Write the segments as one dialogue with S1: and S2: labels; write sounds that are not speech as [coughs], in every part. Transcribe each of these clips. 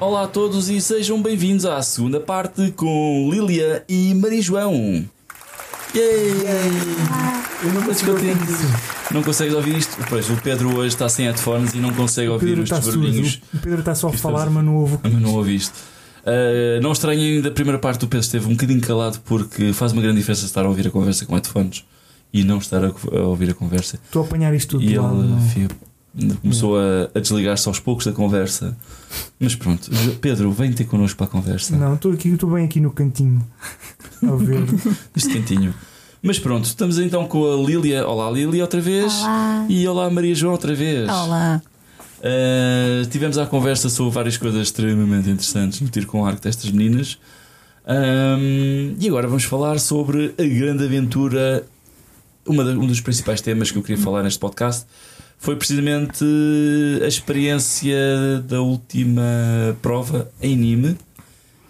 S1: Olá a todos e sejam bem-vindos à segunda parte com Lilia e Maria João. Yay! Eu não consigo ouvir isso. Não consegues ouvir isto? Pois, o Pedro hoje está sem headphones e não consegue
S2: O
S1: ouvir
S2: Pedro
S1: os
S2: está surdo.
S1: barulhinhos.
S2: O Pedro está só a
S1: Isto
S2: falar,
S1: é-
S2: mas não ouve o que
S1: Mas não ouviste. Uh, não estranhem da primeira parte do Pedro esteve um bocadinho calado porque faz uma grande diferença estar a ouvir a conversa com headphones e não estar a, a ouvir a conversa.
S2: estou a apanhar isto tudo
S1: e
S2: do
S1: ele
S2: lado. não.
S1: fi- começou a, a desligar-se aos poucos da conversa. Mas pronto, Pedro, vem ter connosco para a conversa.
S2: Não, estou aqui, estou bem aqui
S1: [laughs]
S2: no cantinho. A ver.
S1: Este cantinho. Mas pronto, estamos então com a Lília. Olá, Lília, outra vez.
S3: Olá.
S1: E olá, Maria João, outra vez.
S3: Olá.
S1: Uh, tivemos a conversa sobre várias coisas extremamente interessantes no tiro com arco destas meninas. Um, e agora vamos falar sobre a grande aventura. Uma da- um dos principais temas que eu queria falar neste podcast foi precisamente a experiência da última prova em Nime,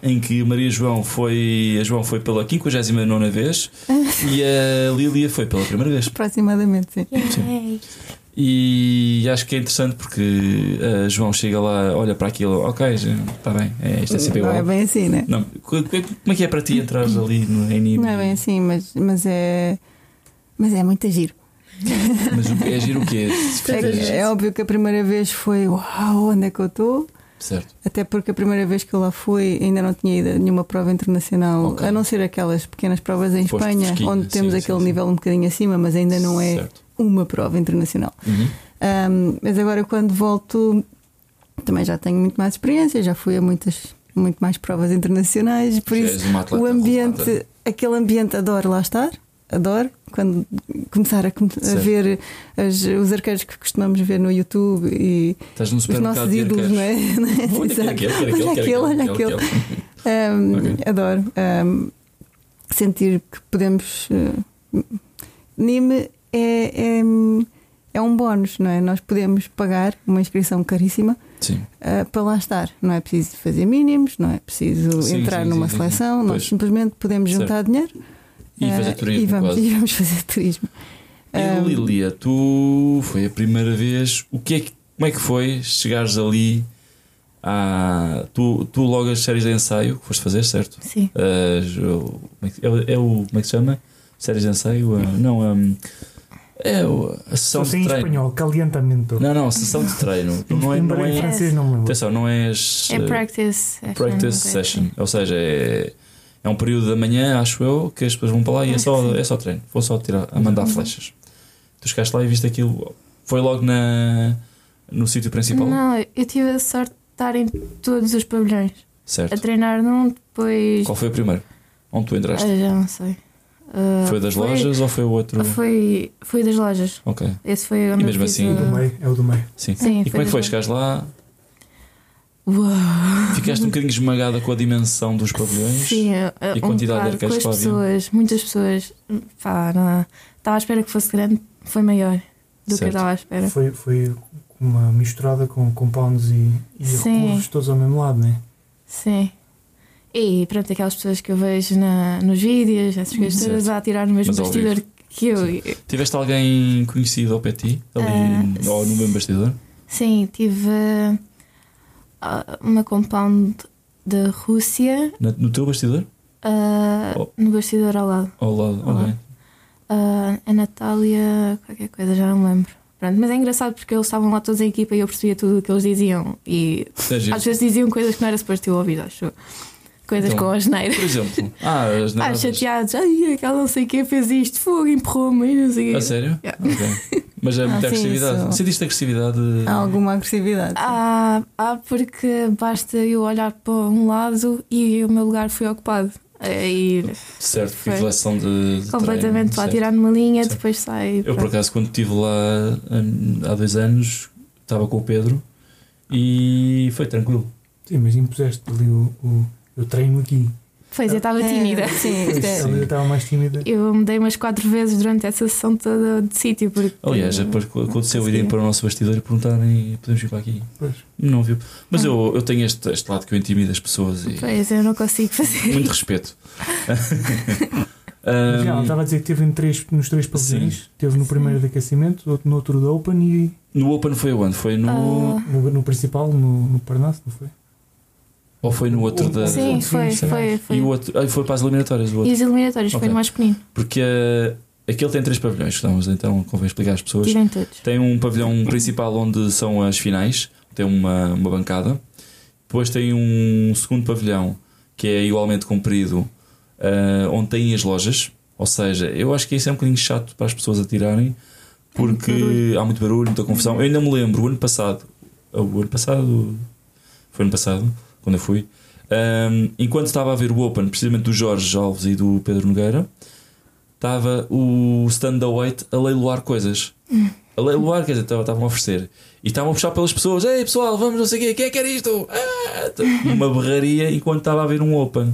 S1: em que Maria João foi, a João foi pela 59 vez e a Lília foi pela primeira vez.
S3: Aproximadamente, sim.
S1: Sim. E acho que é interessante porque ah, João chega lá, olha para aquilo, ok, já- está bem, é, isto é sempre
S3: Não
S1: igual.
S3: é bem assim, né?
S1: Não, co- co- como é que é para ti entrar ali no em Nib?
S3: Não é bem assim, mas, mas é. Mas é muito giro.
S1: Mas o- é giro o quê?
S3: [laughs]
S1: Se
S3: É,
S1: fizeres-
S3: que- é óbvio que a primeira vez foi uau, onde é que eu estou?
S1: Certo.
S3: Até porque a primeira vez que eu lá fui ainda não tinha ido a nenhuma prova internacional,
S1: Ok.
S3: a não ser aquelas pequenas provas em
S1: Foste
S3: Espanha,
S1: fresquinha,
S3: onde
S1: sim,
S3: temos
S1: sim,
S3: aquele
S1: sim.
S3: nível um bocadinho acima, mas ainda não é
S1: Certo.
S3: uma prova internacional.
S1: Uhum.
S3: Ahm, mas agora quando volto também já tenho muito mais experiência, já fui a muitas, muito mais provas internacionais, por
S1: Já
S3: isso
S1: és uma atleta
S3: o ambiente,
S1: relevada.
S3: aquele ambiente adoro lá estar. Adoro quando começar a, com- a
S1: Certo.
S3: ver as- os arqueiros que costumamos ver no YouTube e
S1: Estás num
S3: os
S1: supermercado
S3: nossos
S1: de
S3: ídolos,
S1: arqueiros.
S3: não é? Não é?
S1: Olha aquele,
S3: Exato. [laughs]
S1: aquele, aquele,
S3: Olha
S1: aquele,
S3: aquele, olha
S1: aquele,
S3: aquele.
S1: aquele.
S3: Ahm,
S1: Ok.
S3: Adoro ahm, sentir que podemos. eh, Nime é, é, é um bónus, não é? Nós podemos pagar uma inscrição caríssima
S1: Sim,
S3: ah, para lá estar. Não é preciso fazer mínimos, não é preciso
S1: Sim,
S3: entrar
S1: sim,
S3: numa
S1: sim, sim, sim.
S3: seleção, nós
S1: Pois.
S3: simplesmente podemos
S1: Certo.
S3: juntar dinheiro
S1: e
S3: ah,
S1: fazer turismo
S3: e, vamos,
S1: quase.
S3: [laughs] e vamos fazer turismo. Ah,
S1: E
S3: Ahm,
S1: Lilia, tu foi a primeira vez. O que é que, como é que foi chegares ali? À, tu, tu logo as séries de ensaio que foste fazer, certo?
S4: Sim.
S1: As- o- como é que- é, o- é o. Como é que se chama? Séries de ensaio? ah, não, ahm, é o- a sessão
S2: Só sei
S1: de
S2: em
S1: treino.
S2: espanhol, calientamento.
S1: Não, não, a sessão de treino. Tu não é,
S2: Em
S1: não
S2: em
S1: é,
S2: francês não me lembro.
S1: atenção, não és.
S4: É
S1: ah,
S4: practice. acho que é uma
S1: practice
S4: coisa
S1: session.
S4: assim.
S1: Ou seja, é, é um período da manhã, acho eu, que as pessoas vão para lá e é
S4: Acho
S1: só,
S4: que sim. Uhum.
S1: é só treino. Vou só tirar, a mandar flechas. Tu chegaste lá e viste aquilo. Foi logo na, no sítio principal?
S4: Não, eu tive a sorte de estar em todos os pavilhões. A
S1: Certo.
S4: treinar num, depois.
S1: Qual foi o primeiro? Onde tu
S4: Ah,
S1: entraste?
S4: já não sei. Ah,
S1: foi das lojas ou foi o outro?
S4: Foi, foi das lojas.
S1: Ok.
S4: Esse foi
S1: E
S4: onde eu
S1: mesmo
S4: fiz
S1: assim-
S2: É o do
S4: a-
S2: meio, é o do meio.
S1: Sim.
S4: Sim,
S1: e como é que
S4: das
S1: foi?
S4: lojas.
S1: Chegaste lá,
S4: Uau! [laughs]
S1: Ficaste um bocadinho esmagada com a dimensão dos pavilhões.
S4: Sim, a-
S1: E
S4: um
S1: quantidade de
S4: bocado,
S1: arqueiros
S4: com as
S1: que lá havia?
S4: pessoas, muitas pessoas. Pá, não. Estava à espera que fosse grande, foi maior do que eu
S1: Certo.
S4: estava à espera.
S2: Foi, foi uma misturada com compounds e, e
S4: Sim.
S2: recursos todos ao mesmo lado, né?
S4: Sim. E pronto, aquelas pessoas que eu vejo na, nos vídeos, essas coisas
S1: Certo.
S4: todas a atirar no mesmo
S1: Mas ao
S4: bastidor que eu.
S1: Tiveste alguém conhecido ao pé de ti? Ali
S4: Ah,
S1: ou no mesmo bastidor?
S4: Sim, tive ah, uma compound da Rússia
S1: Na- No teu bastidor?
S4: ah,
S1: Oh.
S4: no bastidor ao lado.
S1: Ao lado?
S4: Olá.
S1: alguém?
S4: Ah, a Natália, qualquer coisa, já não me lembro. Pronto, mas é engraçado porque eles estavam lá todos em equipa e eu percebia tudo o que eles diziam. E
S1: É giro.
S4: às vezes diziam coisas que não era suposto eu ouvir, acho. eu. Coisas
S1: Então,
S4: com a geneira.
S1: Por exemplo, ah,
S4: [laughs]
S1: as
S4: Ah,
S1: nadas.
S4: chateados. Ai, aquela não sei quem fez isto, fogo, empurrou-me, não sei
S1: A
S4: quê.
S1: sério?
S4: Yeah.
S1: Ok. Mas é
S3: Ah,
S1: muita
S3: sim,
S1: agressividade.
S3: isso.
S1: Sentiste agressividade?
S3: há alguma agressividade.
S4: Ah, ah, porque basta eu olhar para um lado e o meu lugar foi ocupado. E
S1: Certo, porque
S4: Foi.
S1: inflação de. de
S4: completamente para
S1: treino,
S4: tirar numa linha,
S1: Certo.
S4: depois sai.
S1: Eu, por
S4: pronto.
S1: acaso, quando estive lá hum, há dois anos, estava com o Pedro e foi tranquilo.
S2: Sim, mas impuseste ali o, o, eu treino aqui.
S4: Pois, eu estava
S3: É,
S4: tímida.
S3: sim,
S2: Pois,
S3: isto é-
S2: ela estava mais tímida.
S4: Eu mudei umas quatro vezes durante essa sessão toda de sítio. Porque,
S1: Aliás, depois aconteceu irem para o nosso bastidor e perguntarem: podemos ir para aqui?
S2: Pois.
S1: Não viu. Mas
S4: Uhum.
S1: eu, eu tenho este, este lado que eu intimido as pessoas e
S4: Pois, eu não consigo fazer.
S1: muito respeito.
S4: [laughs]
S1: Hum,
S2: Mas, já, ela
S1: Ahm,
S4: tá
S2: estava a dizer que teve em três, nos três pavilhões. Teve no primeiro de aquecimento, outro, no outro da Open e
S1: no Open foi onde? Foi no.
S4: Ah,
S2: no, no principal, no, no Parnasso, não foi?
S1: Ou foi no outro da.
S4: Ah,
S2: Sim,
S4: Sim, foi,
S2: sim.
S4: foi, foi.
S1: E o outro. Ah, foi para as eliminatórias o
S4: E
S1: outro.
S4: as eliminatórias
S1: Ok.
S4: foi no mais pequenino.
S1: Porque ah, aquele tem três pavilhões, estamos, então convém explicar às pessoas.
S4: Tirem todos.
S1: Tem um pavilhão principal onde são as finais, tem uma, uma bancada. Depois tem um segundo pavilhão que é igualmente comprido, ah, onde tem as lojas. Ou seja, eu acho que isso é um bocadinho chato para as pessoas atirarem, porque há muito barulho, muita confusão. Eu ainda me lembro, o ano passado, o ano passado, foi ano passado, quando eu fui, ahm, enquanto estava a ver o Open, precisamente do Jorge Alves e do Pedro Nogueira, estava o stand da White a leiloar coisas. A leiloar, é quer dizer, estava- estavam a oferecer. E estavam a puxar pelas pessoas: Ei pessoal, vamos, não sei o quê, quem é que era isto? Ah! Uma berraria enquanto estava a ver um Open.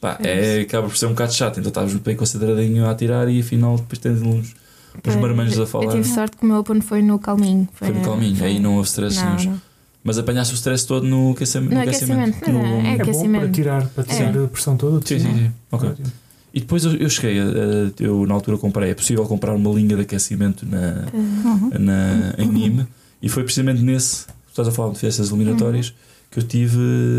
S1: Pá, é, acaba por ser um bocado chato, então estavas muito bem concentradinho a atirar e afinal depois tens uns, uns
S4: Foi.
S1: marmanjos a
S4: Eu
S1: falar.
S4: tive sorte que o meu open foi no calminho.
S1: Foi no calminho, aí não houve assim stress
S4: é, Não,
S1: nenhum.
S4: não.
S1: Mas apanhaste o stress todo no aquecimento.
S4: No
S1: aquecimento.
S4: aquecimento, mas
S1: No-
S4: é-
S2: É bom
S4: aquecimento.
S2: para tirar, para tirar a pressão toda.
S1: Sim, sim, sim. Ok.
S2: Ótimo.
S1: E depois eu, eu cheguei, a, a- eu na altura comprei, é possível comprar uma linha de aquecimento na,
S3: Uhum.
S1: na, em Nîmes e foi precisamente nesse, tu estás a falar de festas eliminatórias, que eu tive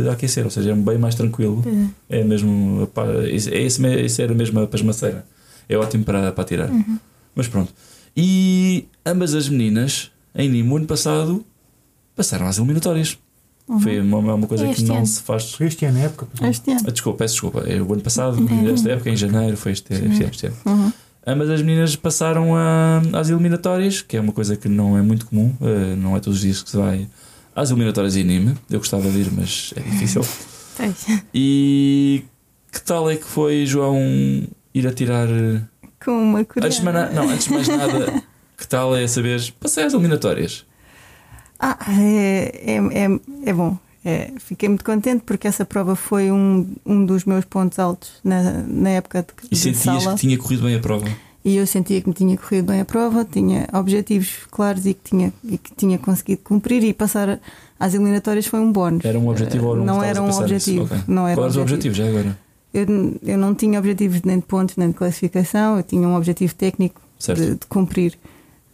S1: a aquecer, ou seja, é bem mais tranquilo. É mesmo. a pa- Esse, é esse, me- esse era mesmo a pasmaceira. É ótimo para, para tirar.
S4: Uhum.
S1: Mas pronto. E ambas as meninas, em Nîmes, o ano passado, passaram às eliminatórias. Foi uma, uma coisa
S4: É
S1: que
S4: este
S1: não
S4: ano.
S1: se faz.
S2: Este ano é época.
S3: Este ano.
S1: Ah, desculpa, peço desculpa. É o ano passado,
S4: É.
S1: nesta época, em janeiro, foi este, este, ano, este ano.
S3: Uhum.
S1: Ambas as meninas passaram a- às eliminatórias, que é uma coisa que não é muito comum, eh, não é todos os dias que se vai às eliminatórias em Nîmes. Eu gostava de ir, mas é
S3: [laughs]
S1: difícil.
S4: Pois. [laughs]
S1: E que tal é que foi, João, ir atirar. eh,
S3: Com uma coreana.
S1: Antes de, mais na- não, antes de mais
S3: [laughs]
S1: nada, que tal é saber? Passei às eliminatórias.
S3: Ah, é, é, é, é bom. É, fiquei muito contente porque essa prova foi um, um dos meus pontos altos na, na época de,
S1: E
S3: de
S1: sentias
S3: sala.
S1: que tinha corrido bem a prova.
S3: E eu sentia que me tinha corrido bem a prova, tinha objetivos claros e que tinha, e que tinha conseguido cumprir e passar às eliminatórias foi um bónus.
S1: Era um objetivo ou não?
S3: Não
S1: estavas
S3: era
S1: a
S3: um
S1: pensar nisso?
S3: objetivo.
S1: Ok.
S3: Não era
S1: Qual
S3: um
S1: era o
S3: objetivo.
S1: objetivo já agora?
S3: Eu, n- eu não tinha objetivos nem de pontos nem de classificação, eu tinha um objetivo técnico
S1: Certo.
S3: de, de cumprir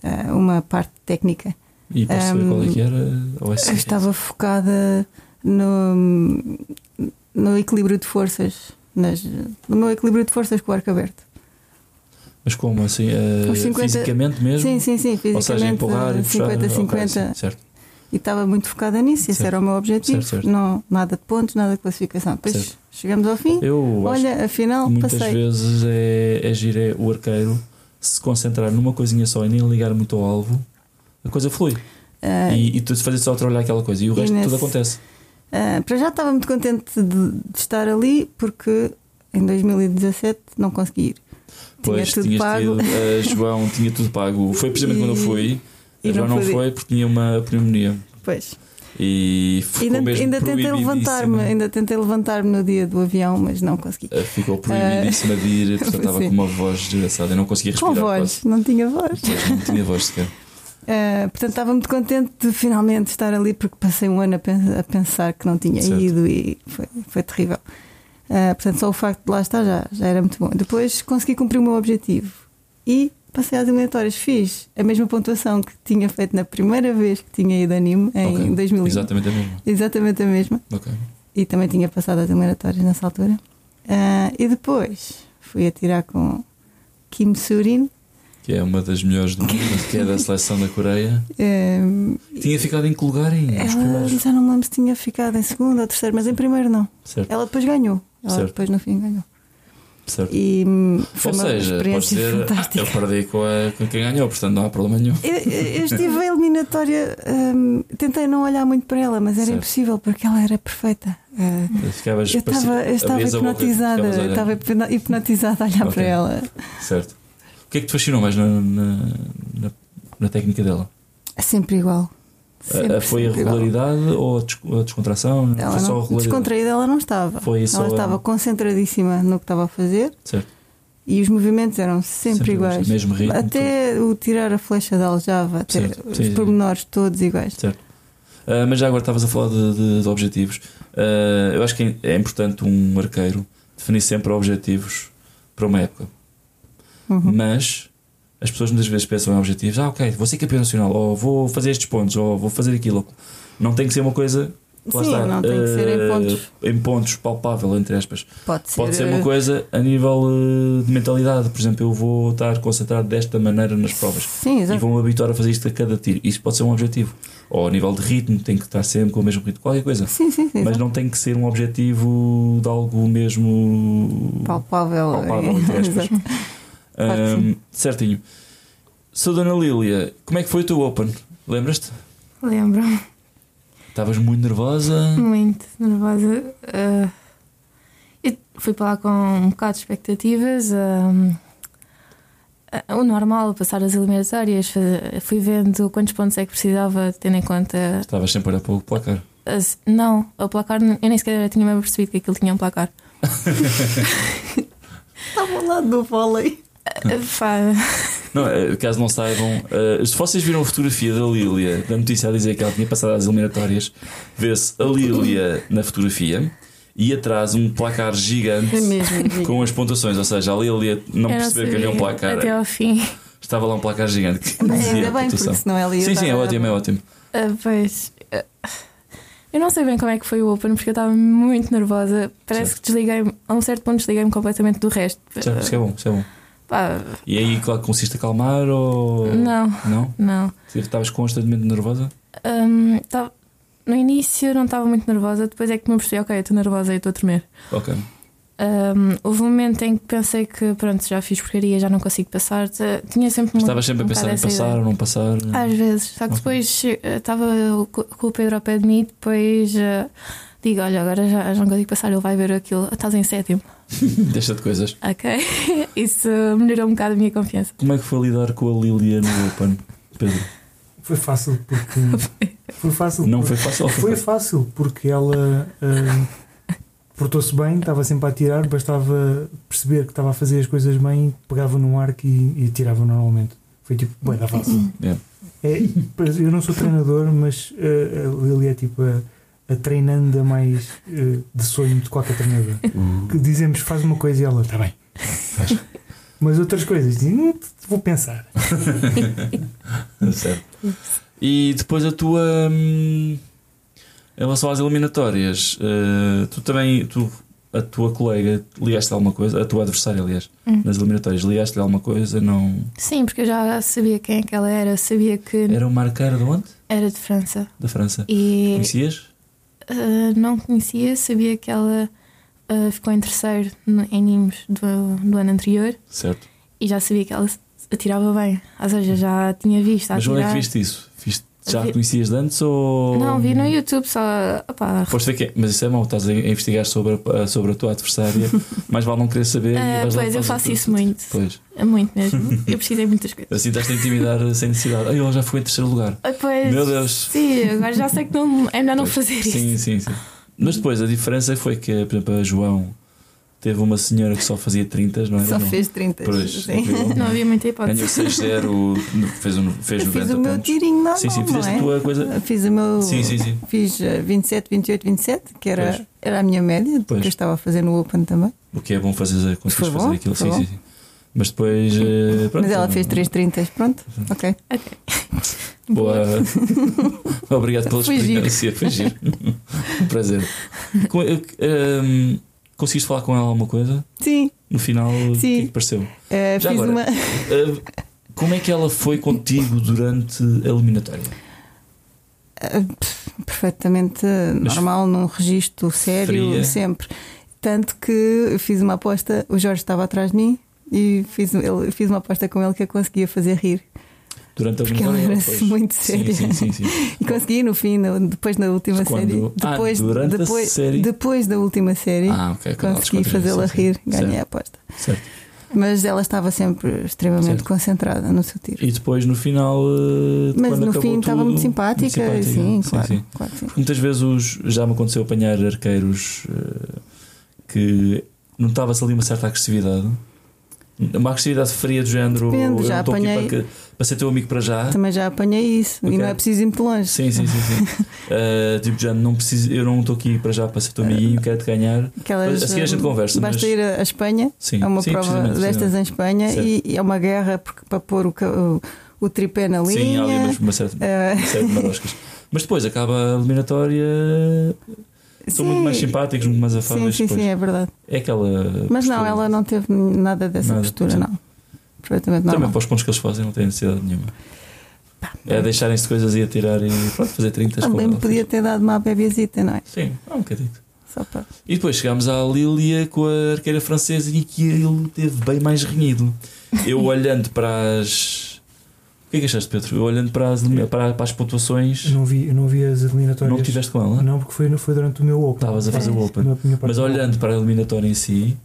S3: ah, uma parte técnica.
S1: E posso saber
S3: Ahm,
S1: qual é que era? Ou é
S3: ehm, Eu
S1: secreto?
S3: estava focada no, no equilíbrio de forças, nas, no meu equilíbrio de forças com o arco aberto.
S1: Mas como assim? eh,
S3: Os 50
S1: Fisicamente mesmo?
S3: Sim, sim, sim,
S1: Ou seja,
S3: fisicamente
S1: empurrar e puxar.
S3: 50-50.
S1: Ok, sim, certo.
S3: E estava muito focada nisso, esse
S1: Certo.
S3: era o meu objetivo.
S1: Certo, certo.
S3: Não, nada de pontos, nada de classificação. Depois
S1: Certo.
S3: chegamos ao fim,
S1: Eu acho
S3: olha, afinal
S1: Muitas
S3: passei.
S1: vezes é, é giro é o arqueiro se concentrar numa coisinha só e nem ligar muito ao alvo, a coisa flui.
S3: Ah,
S1: E, e tu se fazes só a olhar aquela coisa e o
S3: E
S1: resto
S3: nesse-
S1: tudo acontece.
S3: ah, para já estava muito contente de, de estar ali, porque em 2017 não consegui ir.
S1: Pois
S3: Tinha tudo
S1: tinhas
S3: pago.
S1: tido, eh, João tinha tudo pago. Foi precisamente
S3: E-
S1: quando eu fui.
S3: e
S1: João
S3: não
S1: não
S3: pude.
S1: foi porque tinha uma pneumonia.
S3: Pois.
S1: E ficou
S3: Ainda,
S1: mesmo
S3: ainda tentei
S1: proibidíssima.
S3: levantar-me, ainda tentei levantar-me no dia do avião, mas não consegui.
S1: Eh, Ficou proibidíssima de ir, portanto estava
S3: sim.
S1: com uma voz desgraçada. Eu não conseguia
S3: Com
S1: respirar.
S3: voz, não tinha voz.
S1: quase. Pois, Não tinha voz sequer.
S3: Uh, portanto, estava muito contente de finalmente estar ali, porque passei um ano a, pen- a pensar que não tinha
S1: Certo.
S3: ido e foi, foi terrível. Uh, portanto, só o facto de lá estar já, já era muito bom. Depois consegui cumprir o meu objetivo e passei às eliminatórias. Fiz a mesma pontuação que tinha feito na primeira vez que tinha ido a Nîmes, em
S1: Ok.
S3: 2001.
S1: Exatamente a mesma.
S3: Exatamente a mesma.
S1: Ok.
S3: E também tinha passado às eliminatórias nessa altura. Uh, e depois fui atirar com Kim Surin.
S1: Que é uma das melhores do mundo, que
S3: [laughs]
S1: é da seleção da Coreia.
S3: um,
S1: Tinha ficado em É, que lugar em os
S3: Ela
S1: primeiros?
S3: já não me lembro se tinha ficado em segundo ou terceiro, mas em primeiro não.
S1: Certo,
S3: Ela depois ganhou. Ela
S1: Certo.
S3: depois no fim ganhou.
S1: certo.
S3: E hum, foi
S1: Ou
S3: uma
S1: seja, podes
S3: experiência
S1: dizer, é
S3: fantástica.
S1: eu perdi com, a- com quem ganhou, portanto não há problema nenhum.
S3: Eu, eu- eu estive a eliminatória, hum, tentei não olhar muito para ela, mas era
S1: Certo.
S3: impossível porque ela era perfeita. Ah,
S1: Ficavas
S3: eu estava, eu
S1: parecia-
S3: estava
S1: abrias a boca,
S3: hipnotizada,
S1: ficavas a
S3: eu
S1: olhar.
S3: estava hipno- hipnotizada a olhar
S1: Ok.
S3: para ela.
S1: Certo. O que é que te fascinou mais na, na, na- na técnica dela?
S3: É Sempre
S1: A-
S3: igual. Sempre,
S1: a- foi a
S3: sempre igual.
S1: regularidade ou a, des- a descontração?
S3: Ela
S1: foi só a
S3: não,
S1: regularidade.
S3: descontraída ela não estava.
S1: Foi só
S3: ela
S1: a-
S3: estava concentradíssima no que estava a fazer
S1: Certo.
S3: e os movimentos eram sempre,
S1: iguais,
S3: iguais.
S1: Mesmo ritmo. tudo.
S3: Até o tirar a flecha da aljava, até
S1: Certo,
S3: os
S1: sim, sim.
S3: pormenores todos iguais.
S1: Certo. Ah, mas já agora estavas a falar de, de- de objetivos. Ah, eu acho que é importante um arqueiro definir sempre objetivos para uma época.
S3: Uhum.
S1: mas as pessoas muitas vezes pensam em objetivos. Ah, ok, vou ser campeão nacional, ou vou fazer estes pontos, ou vou fazer aquilo. Não tem que ser uma coisa Lá
S3: Sim,
S1: está,
S3: não tem que ser em
S1: eh,
S3: pontos.
S1: em pontos palpável, entre aspas.
S3: Pode ser. eh,
S1: Pode ser uma coisa a nível eh, de mentalidade. Por exemplo, eu vou estar concentrado desta maneira nas provas
S3: Sim,
S1: e
S3: exato.
S1: vou-me habituar a fazer isto a cada tiro. Isso pode ser um objetivo. Ou a nível de ritmo, tem que estar sempre com o mesmo ritmo, qualquer coisa.
S3: Sim, sim, sim.
S1: Mas
S3: exato.
S1: não tem que ser um objetivo de algo mesmo
S3: Palpável. eh,
S1: palpável, entre aspas.
S3: Exato. Claro que
S1: Ahm, certinho. Sou Dona Lília, como é que foi o teu Open? Lembras-te?
S4: Lembro.
S1: Estavas muito nervosa.
S3: Hum.
S4: Muito nervosa. Ah, eu fui para lá com um bocado de expectativas. ah, ah, o normal, passar as eliminatórias, fa- fui vendo quantos pontos é que precisava, tendo em conta.
S1: Estavas sempre a olhar para o placar.
S4: as- não, o placar, eu nem sequer tinha mesmo percebido que aquilo tinha um placar.
S3: Estava ao lado do vôlei.
S1: Hum.
S4: Ah, pá,
S1: Não, eh, caso não saibam, eh, se vocês viram a fotografia da Lília, da notícia a dizer que ela tinha passado às eliminatórias, vê-se a Lília na fotografia e atrás um placar gigante
S3: É mesmo.
S1: com as pontuações. Ou seja, a Lília não
S4: eu
S1: percebeu que
S4: sabia
S1: havia um placar.
S4: assim, Até ao fim.
S1: Estava lá um placar gigante que
S3: Mas
S1: dizia
S3: ainda
S1: a
S3: bem, porque
S1: pontuação.
S3: senão ela ia.
S1: Sim, sim, é
S3: estar-
S1: ótimo, é ótimo.
S4: Ah, pois. ah, Eu não sei bem como é que foi o Open, porque eu estava muito nervosa. Parece que desliguei-me, a um certo ponto, desliguei-me completamente do resto.
S1: Já, isso é bom, isso é bom.
S4: Pá,
S1: E aí, claro, consiste a calmar ou.
S4: não,
S1: Não?
S4: não.
S1: Estavas constantemente nervosa?
S4: Hum, tá- no início eu não estava muito nervosa, depois é que me percebi, ok, eu estou nervosa e estou a tremer.
S1: Ok.
S4: Hum, houve um momento em que pensei que, pronto, já fiz porcaria, já não consigo passar. T- Tinha sempre uma-
S1: Estavas sempre a
S4: um
S1: pensar
S4: bocado
S1: em
S4: essa
S1: passar
S4: ideia.
S1: ou não passar?
S4: Às vezes, só que
S1: Ok.
S4: depois eh, estava o- com o Pedro ao pé de mim e depois eh, digo: Olha, agora já, já não consigo passar, ele vai ver aquilo, "Ah, estás em sétimo.
S1: Deixa de coisas.
S4: Ok, [laughs] isso melhorou um bocado a minha confiança.
S1: Como é que foi lidar com a Lilia no Open, Pedro?
S2: Foi fácil porque. Foi fácil.
S1: Não
S2: porque-
S1: foi fácil? [laughs]
S2: Foi fácil porque ela ah, portou-se bem, estava sempre a tirar, bastava perceber que estava a fazer as coisas bem, pegava no arco e, e tirava normalmente. Foi tipo, bem, da fácil.
S1: Yeah.
S2: É, eu não sou treinador, mas ah, a Lili é tipo a, a treinanda mais ah, de sonho de qualquer treinador. Que dizemos, faz uma coisa e ela, está bem.
S1: Uhum. Faz.
S2: Mas outras coisas, dizem, "Hum, vou pensar.
S1: Certo. E depois a tua. hum, em relação às eliminatórias, eh, tu também. Tu, a tua colega, liaste alguma coisa? A tua adversária, aliás,
S4: Hum.
S1: nas eliminatórias, liaste alguma coisa? Não.
S4: Sim, porque eu já sabia quem é que ela era, sabia que
S1: Era uma arqueira de onde?
S4: era de França.
S1: Da França.
S4: E
S1: Conhecias?
S4: Uh, não conhecia, sabia que ela uh, ficou em terceiro no- em Nimes do, do ano anterior
S1: Certo.
S4: e já sabia que ela se- atirava bem. Ou seja, já tinha visto a
S1: Mas onde é
S4: atirar.
S1: que viste isso? Viste- já
S4: Tá Vi-
S1: a conhecias de antes ou.
S4: Não, vi no YouTube só. opá,
S1: Foste ver que Mas isso é mau, estás a investigar sobre a, sobre a tua
S3: [laughs]
S1: adversária, mais vale não querer saber. e
S4: Ah,
S1: vais lá
S4: pois, eu
S1: fazer
S4: faço
S1: tudo,
S4: isso
S1: tudo.
S4: muito.
S1: Pois.
S4: é muito mesmo. Eu precisei de muitas
S1: [laughs]
S4: coisas.
S1: Assim estás-te a intimidar sem necessidade. Ai, ela já foi em terceiro lugar.
S4: Ah, Pois,
S1: Meu Deus.
S4: Sim, agora já sei que não, é melhor não
S1: Pois.
S4: fazer isso.
S1: Sim, sim, sim. Mas depois a diferença foi que, por exemplo, a João teve uma senhora que só fazia 30, não era?
S3: Só
S1: não.
S3: fez 30.
S1: Pois,
S3: sim.
S1: incrível.
S4: Não havia muita hipótese.
S1: Ganhou
S3: [laughs]
S1: 6-0, fez, um, fez
S3: Eu
S1: 90
S3: [laughs] fiz o meu
S1: pontos.
S3: tirinho normal,
S1: sim, sim,
S3: não
S1: fizeste
S3: é?
S1: a tua coisa.
S3: Fiz o meu.
S1: Sim, sim, sim.
S3: Fiz eh, 27, 28, 27, que
S1: Pois.
S3: era, era a minha média, do
S1: Pois.
S3: que eu estava a fazer no Open também.
S1: O que é bom fazer,
S3: Foi
S1: conseguires
S3: bom,
S1: fazer aquilo.
S3: foi
S1: Sim,
S3: bom.
S1: sim, sim. Mas depois. eh, Pronto,
S3: Mas ela fez 3 30, pronto. Ok.
S4: [laughs]
S1: Boa. [laughs] Obrigado pela
S3: Foi giro.
S1: experiência. Foi giro. um prazer. Com- eu- ehm, conseguiste falar com ela alguma coisa?
S3: Sim,
S1: No final, o que é
S3: Sim.
S1: que pareceu?
S3: eh,
S1: Já
S3: fiz
S1: agora.
S3: uma.
S1: Ah, como é que ela foi contigo durante a eliminatória?
S3: eh, pff, perfeitamente normal, num registro sério,
S1: Fria.
S3: sempre. Tanto que eu fiz uma aposta, o Jorge estava atrás de mim e fiz, ele, fiz uma aposta com ele que eu conseguia fazer rir.
S1: Durante a
S3: Porque
S1: eliminatória?
S3: ela
S1: ela
S3: era assim
S1: foi-
S3: muito
S1: Então, sim,
S3: séria.
S1: sim, sim, sim.
S3: E consegui no fim, no- depois da última
S1: Quando-
S3: série.
S1: Ah,
S3: Depois,
S1: durante a
S3: depois,
S1: série?
S3: depois da última série,
S1: Ah, ok. quando ela
S3: consegui
S1: descontraiu,
S3: fazê-la
S1: sim, sim.
S3: rir, ganhei a aposta.
S1: Certo, certo.
S3: Mas ela estava sempre extremamente
S1: Certo.
S3: concentrada no seu tiro.
S1: E depois, no final. ah,
S3: Mas
S1: quando
S3: no
S1: acabou
S3: fim estava muito
S1: tudo,
S3: simpática,
S1: muito simpática.
S3: sim,
S1: Sim,
S3: claro,
S1: sim.
S3: claro que sim.
S1: Porque muitas vezes os- já me aconteceu apanhar arqueiros eh, que notava-se ali uma certa agressividade. Uma agressividade fria do género.
S3: Depende,
S1: eu
S3: já
S1: não estou aqui
S3: apanhei-
S1: para, que- para ser teu amigo para já.
S3: Também já apanhei isso
S1: Ok.
S3: e não é preciso ir muito longe.
S1: Sim, sim, sim.
S3: [laughs]
S1: sim. Eh, tipo, já não preciso, eu não estou aqui para já para ser teu amiguinho,
S3: É.
S1: quero-te ganhar.
S3: Aquelas,
S1: A seguir assim a gente
S3: eh,
S1: conversa,
S3: Basta
S1: mas-
S3: ir a a Espanha,
S1: Sim,
S3: é uma
S1: sim,
S3: prova
S1: precisamente,
S3: destas em Espanha
S1: Certo.
S3: e, e é uma guerra porque, para pôr o, ca- o, o tripé na
S1: precisamente. Sim, há ali
S3: linha.
S1: umas- uma certa,
S3: eh,
S1: uma série de maroscas. Mas depois acaba a eliminatória. São muito mais simpáticos, muito mais
S3: Sim,
S1: afáveis
S3: sim,
S1: depois.
S3: sim, é verdade.
S1: É aquela.
S3: Mas não,
S1: postura.
S3: ela não teve nada dessa
S1: Nada,
S3: postura,
S1: sim.
S3: não. Perfeitamente
S1: Também
S3: normal.
S1: para os pontos que eles fazem não tem necessidade nenhuma.
S3: Pá,
S1: É deixarem-se coisas e atirar e pronto, fazer 30 com
S3: Também
S1: ela.
S3: podia ter dado uma bebezita, não é?
S1: Sim, há um bocadinho.
S3: Só para.
S1: E depois chegámos à Lilia com a arqueira francesa e aquilo teve bem mais renhido.
S3: [laughs]
S1: Eu olhando para as. O que é que achaste, Pedro? Eu olhando para as, para, para as
S2: Eu
S1: pontuações,
S2: não vi, eu não vi as eliminatórias.
S1: não estiveste com ela?
S2: Não, porque foi, foi durante o meu Open.
S1: Estavas a fazer o Open.
S2: Na minha parte
S1: Mas
S2: do
S1: olhando
S2: Open.
S1: para a eliminatória em si,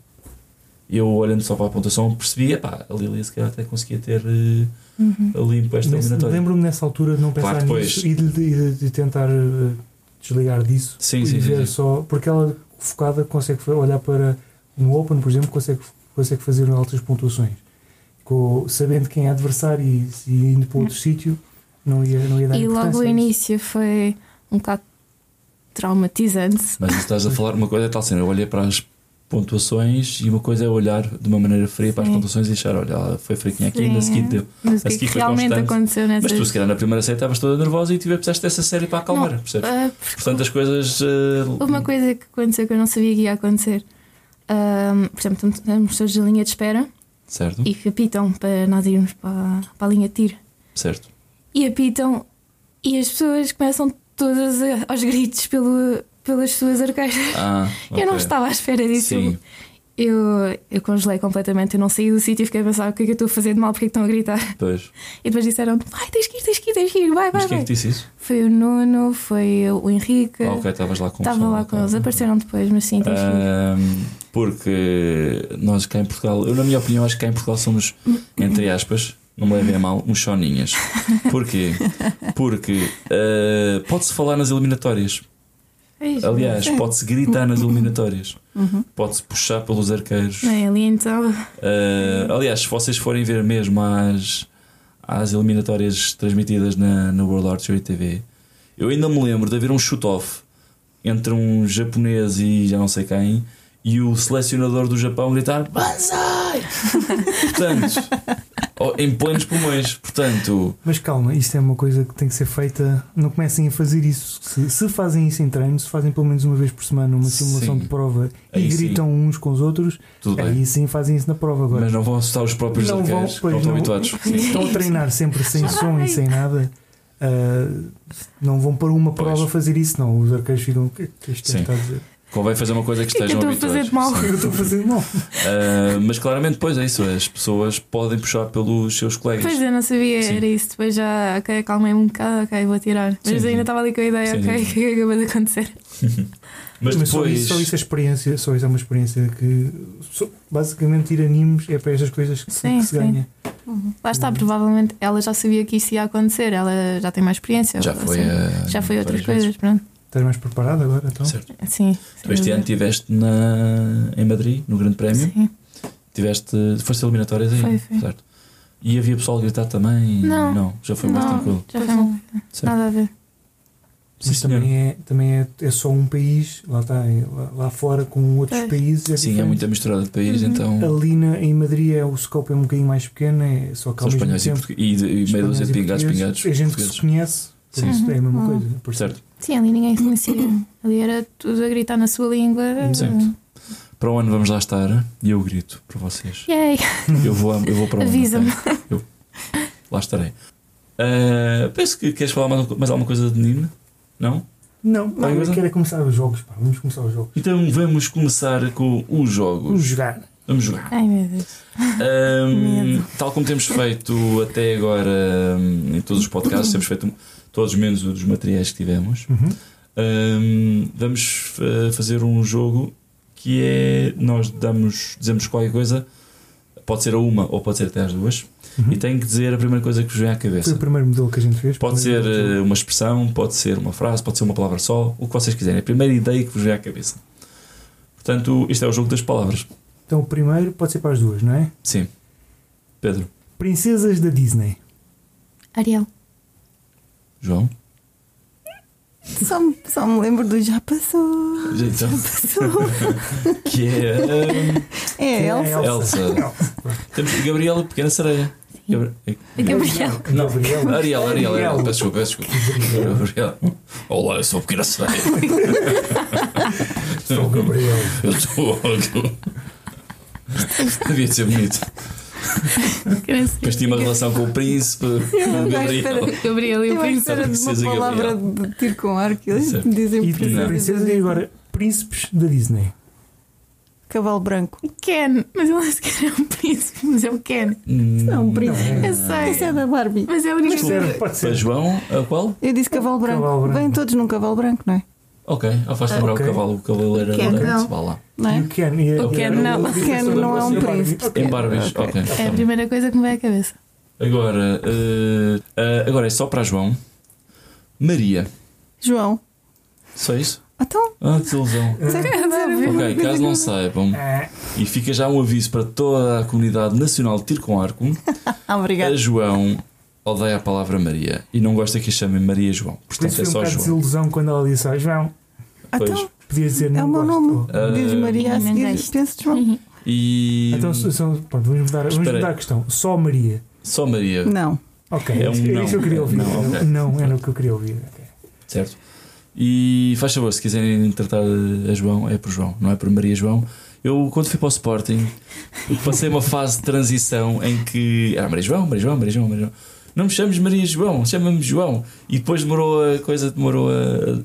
S1: eu olhando só para a pontuação, percebi, epá, a Lilia se calhar até conseguia ter eh,
S4: Uhum.
S1: limpo esta
S2: Nesse-
S1: eliminatória.
S2: Lembro-me nessa altura de não
S1: Claro,
S2: pensar
S1: depois.
S2: nisso e de, de- de tentar eh, desligar disso
S1: Sim,
S2: e
S1: sim, sim,
S2: ver
S1: sim.
S2: só. Porque ela focada consegue fa- olhar para um Open, por exemplo, consegue, consegue fazer altas pontuações. Com- sabendo quem é adversário e, e indo para outro sítio, não ia, não ia dar
S4: E
S2: importância
S4: logo o
S2: a isso.
S4: início foi um bocado traumatizante.
S1: Mas estás a falar uma coisa é tal cena, eu olhei para as pontuações e uma coisa é olhar de uma maneira fria para as
S4: Sim.
S1: pontuações e achar, olha, ela foi fraquinha aqui, ainda a
S4: Sim.
S1: seguir deu.
S4: Mas o
S1: Esse
S4: que, é que
S1: aqui foi
S4: realmente
S1: constante.
S4: aconteceu
S1: Mas
S4: nessa.
S1: tu, se calhar, na primeira série estavas toda nervosa e tiveste essa série para acalmar,
S4: Não,
S1: percebes?
S4: Ah,
S1: Portanto, as coisas. eh,
S4: Houve uma coisa que aconteceu que eu não sabia que ia acontecer. Ahm, por exemplo, estamos todos na linha de espera
S1: Certo,
S4: e que apitam para nós irmos para, para a linha de tiro.
S1: certo.
S4: E apitam e as pessoas começam todas a- aos gritos pelo, pelas suas arcadas.
S1: Ah,
S4: Eu não
S1: ok.
S4: estava à espera disso.
S1: Sim,
S4: Eu, eu congelei completamente, eu não saí do sítio e fiquei a pensar o que é que eu estou a fazer de mal, porque é que estão a gritar. [laughs]
S1: pois.
S4: E depois disseram: vai, tens que ir, tens que ir, tens que ir, vai,
S1: Mas
S4: vai,
S1: quem é
S4: vai.
S1: que disse isso?
S4: Foi o Nuno, foi o Henrique.
S1: Ah, ok, estavas lá com o
S4: Estava
S1: pessoal,
S4: lá
S1: ok,
S4: com eles,
S1: ok. Ah,
S4: apareceram depois, mas sim, tens que ir.
S1: Ahm, porque nós cá em Portugal, eu na minha opinião, acho que cá em Portugal somos, entre aspas, não me levem a mal, uns choninhas. Porquê? Porque ah, pode-se falar nas eliminatórias.
S4: É isso.
S1: Aliás, pode-se gritar nas eliminatórias.
S3: Uhum.
S1: Pode-se puxar pelos arqueiros.
S4: Bem, ali então.
S1: Uh, aliás, se vocês forem ver mesmo as, as eliminatórias transmitidas na, na World Archery TV, eu ainda me lembro de haver um shoot-off entre um japonês e já não sei quem e o selecionador do Japão gritar Banzai! Portanto,
S4: [laughs]
S1: oh, em plenos pulmões. Portanto,
S2: Mas calma, isto é uma coisa que tem que ser feita. Não comecem a fazer isso. Se, se fazem isso em treino, se fazem pelo menos uma vez por semana uma simulação
S1: Sim.
S2: de prova
S1: Aí
S2: e
S1: sim.
S2: gritam uns com os outros,
S1: tudo bem.
S2: aí sim fazem isso na prova agora.
S1: Mas não vão assustar os próprios
S2: Não vão,
S1: arqueiros, não
S2: pois
S1: estão
S2: não.
S4: [laughs]
S1: habituados. Sim.
S2: Estão a treinar sempre sem som e sem nada. ah, não vão para uma
S1: Pois.
S2: prova fazer isso, não. Os arqueiros ficam. "O que é que Isto
S1: Sim.
S2: está a dizer.
S1: Convém fazer uma coisa que
S4: O [laughs] que é que
S1: estejam
S4: eu estou a fazer
S1: habituados.
S4: de mal?
S1: Sim.
S2: Eu estou a fazer mal.
S1: Uh, mas claramente, pois é isso, as pessoas podem puxar pelos seus colegas.
S4: [laughs] Pois eu não sabia,
S1: É Sim.
S4: era isso. Depois já, ok, acalmei-me um bocado, ok, vou tirar. Mas
S1: Sim, sim.
S4: ainda estava ali com a ideia,
S1: Sim,
S4: ok, [laughs] o
S1: sim.
S4: que é que acabou de acontecer?
S1: Mas
S2: Mas só,
S1: depois.
S2: isso, só isso é experiência, só isso é uma experiência que só- basicamente ir animes é para estas coisas que, se-
S4: Sim,
S2: que se
S4: sim.
S2: ganha.
S3: Uhum.
S4: Lá está,
S2: Uhum.
S4: provavelmente ela já sabia que isso ia acontecer, ela já tem mais
S2: é
S4: experiência.
S1: já
S4: ela
S1: foi
S4: sabe.
S1: a.
S4: Já foi outras
S1: várias
S4: coisas,
S1: vezes.
S4: pronto.
S2: Estás mais preparado agora? Então?
S1: Certo.
S4: Sim.
S1: Tu Este
S4: sem
S1: ano
S4: dúvida.
S1: estiveste na... em Madrid, no Grande Prémio.
S4: Sim.
S1: Tiveste. Foste eliminatórias aí.
S4: Foi, foi.
S1: Certo. E havia pessoal a gritar também?
S4: Não.
S1: Já foi mais
S4: Não.
S1: tranquilo.
S4: Já
S3: é.
S4: foi uma-
S1: Certo.
S4: nada a ver.
S1: Sim,
S2: Mas
S1: senhor.
S2: também, é, também é, é só um país, lá, está, é, lá, lá fora com outros
S4: Pois.
S2: países. É
S1: Sim, é
S2: diferente. É
S1: muita misturada de país,
S4: Uhum.
S1: então.
S2: Ali na, em Madrid é, o scope é um bocadinho mais pequeno, é, só que
S1: São
S2: ao mesmo
S1: espanhóis e,
S2: tempo.
S1: portu... e, e meia dúzia
S2: espanhóis
S1: de
S2: e
S1: pingados
S2: portugueses,
S1: pingados.
S2: É gente que
S1: portugueses.
S2: se conhece, por
S1: Sim.
S2: isso é a mesma
S3: Uhum.
S2: coisa. Por isso.
S1: Certo.
S4: Sim, ali ninguém se conhecia.
S1: [coughs]
S4: ali era tudo a gritar na sua língua.
S1: Certo. Para o ano vamos lá estar e eu grito para
S4: [laughs]
S1: vocês.
S4: Yay!
S1: Eu vou, eu vou para o ano.
S4: Avisa-me.
S1: ok? Eu... Lá estarei. Ah, penso que queres falar mais, mais alguma coisa de Nina? Não?
S2: Não,
S1: Qualquer
S2: eu
S1: coisa?
S2: quero é começar os jogos, pá, vamos começar os jogos.
S1: Então vamos começar com os
S2: Vamos
S1: jogos.
S2: jogar.
S1: Vamos jogar.
S4: Ai meu Deus.
S1: Ahm,
S4: Medo.
S1: tal como temos feito até agora ahm, em todos os podcasts, temos feito um- todos menos o dos materiais que tivemos.
S2: Uhum.
S1: Ahm, vamos ah, fazer um jogo que é nós damos, dizemos qualquer coisa, pode ser a uma ou pode ser até às duas,
S2: Uhum.
S1: e tem que dizer a primeira coisa que vos vem à
S2: Foi o
S1: cabeça.
S2: primeiro modelo que a gente fez.
S1: Pode ser
S2: primeiro modelo.
S1: ah, uma expressão, pode ser uma frase, pode ser uma palavra só, o que vocês quiserem, É a primeira ideia que vos vem à cabeça. Portanto, este é o jogo das palavras.
S2: Então o primeiro pode ser para as duas, não é?
S1: Sim. Pedro,
S2: Princesas da Disney.
S4: Ariel.
S1: João.
S3: Só, me- só me lembro do já passou.
S1: Então,
S3: Passou.
S1: que é. um, hum,
S3: É
S2: Que
S3: Elsa.
S1: Elsa.
S2: é Elsa. [laughs]
S1: Temos Gabriela Pequena Sereia. Gabri-
S4: É
S1: [laughs]
S4: Gabriel.
S1: Não,
S2: Gabriel.
S1: Ariel, Ariel, Ariel.
S2: Ariel.
S1: Peço desculpa, peço desculpa. Gabriel. Olá, eu sou o pequeno aceio.
S2: Sou o Gabriel.
S1: Eu sou ótimo. Devia de ser bonito. Depois tinha uma relação com o príncipe, com o
S3: não
S1: Gabriel.
S3: espero-
S4: Gabriel e o
S3: Eu acho
S4: príncipe.
S3: que era de
S1: Princesa
S3: uma
S1: Gabriel.
S3: palavra de tiro com arco. Eles
S1: Certo.
S3: dizem
S2: E depois a princesa e agora príncipes da Disney.
S3: Cavalo branco.
S4: Ken, mas ele não sequer é um príncipe, mas é um Ken.
S3: Não,
S1: Hum,
S3: é um príncipe.
S4: Eu
S3: Esse é
S4: sei.
S3: da Barbie.
S4: Mas é o único.
S2: Serve, pode
S1: Para
S2: ser.
S1: João, a qual?
S3: Eu disse cavalo branco.
S2: Cavalo branco.
S3: Vêm todos num cavalo branco, não é?
S1: Ok, ah, faz lembrar
S2: Ok.
S1: o cavalo, o cavalo era
S4: Que é que
S1: branco,
S4: não?
S1: vá lá.
S3: Não
S2: E
S3: é?
S2: o Ken, e a-
S4: O
S2: e a-
S4: Ken não.
S2: a-
S4: O
S3: Ken não é um
S2: Ok.
S3: príncipe.
S1: Em Barbies,
S3: Ok.
S1: ok.
S4: É a primeira coisa que me vai à cabeça.
S1: Agora, eh, eh, agora é só para João. Maria,
S3: João.
S1: só isso?
S3: Então,
S1: Ah,
S2: [laughs]
S1: desilusão.
S3: sei que não há a ver.
S1: Ok, caso não saibam,
S2: Ah,
S1: e fica já um aviso para toda a comunidade nacional de tiro com arco,
S3: Ah,
S1: a
S3: obrigada.
S1: João odeia a palavra Maria e não gosta que a chamem Maria João.
S2: Por isso
S1: Portanto, é
S2: foi um
S1: só
S2: bocado de
S1: João.
S2: desilusão quando ela disse ao João.
S3: Então,
S2: Podia dizer não
S3: é o meu
S2: gosto.
S3: nome. Diz
S1: Ah,
S3: Maria a
S4: Não
S3: seguir.
S4: gosto.
S3: Penso João.
S4: Uhum.
S1: E
S2: Então, se- são- pronto, vamos mudar,
S1: Ah,
S2: vamos
S1: Espera aí.
S2: mudar a questão. Só Maria.
S1: só Maria,
S3: Não.
S2: Ok,
S1: É
S2: é
S1: um
S2: isso, é
S1: não.
S2: isso que eu queria ouvir.
S1: Não,
S2: Não,
S1: ok.
S2: não, era o que eu queria ouvir. Ok.
S1: certo? E faz favor, se quiserem tratar a João, é por João, não é por Maria João. Eu, quando fui para o Sporting, passei uma fase de transição em que era Maria João, Maria João, Maria João, Maria João. Não me chames Maria João, chama-me João. E depois demorou a coisa, demorou a,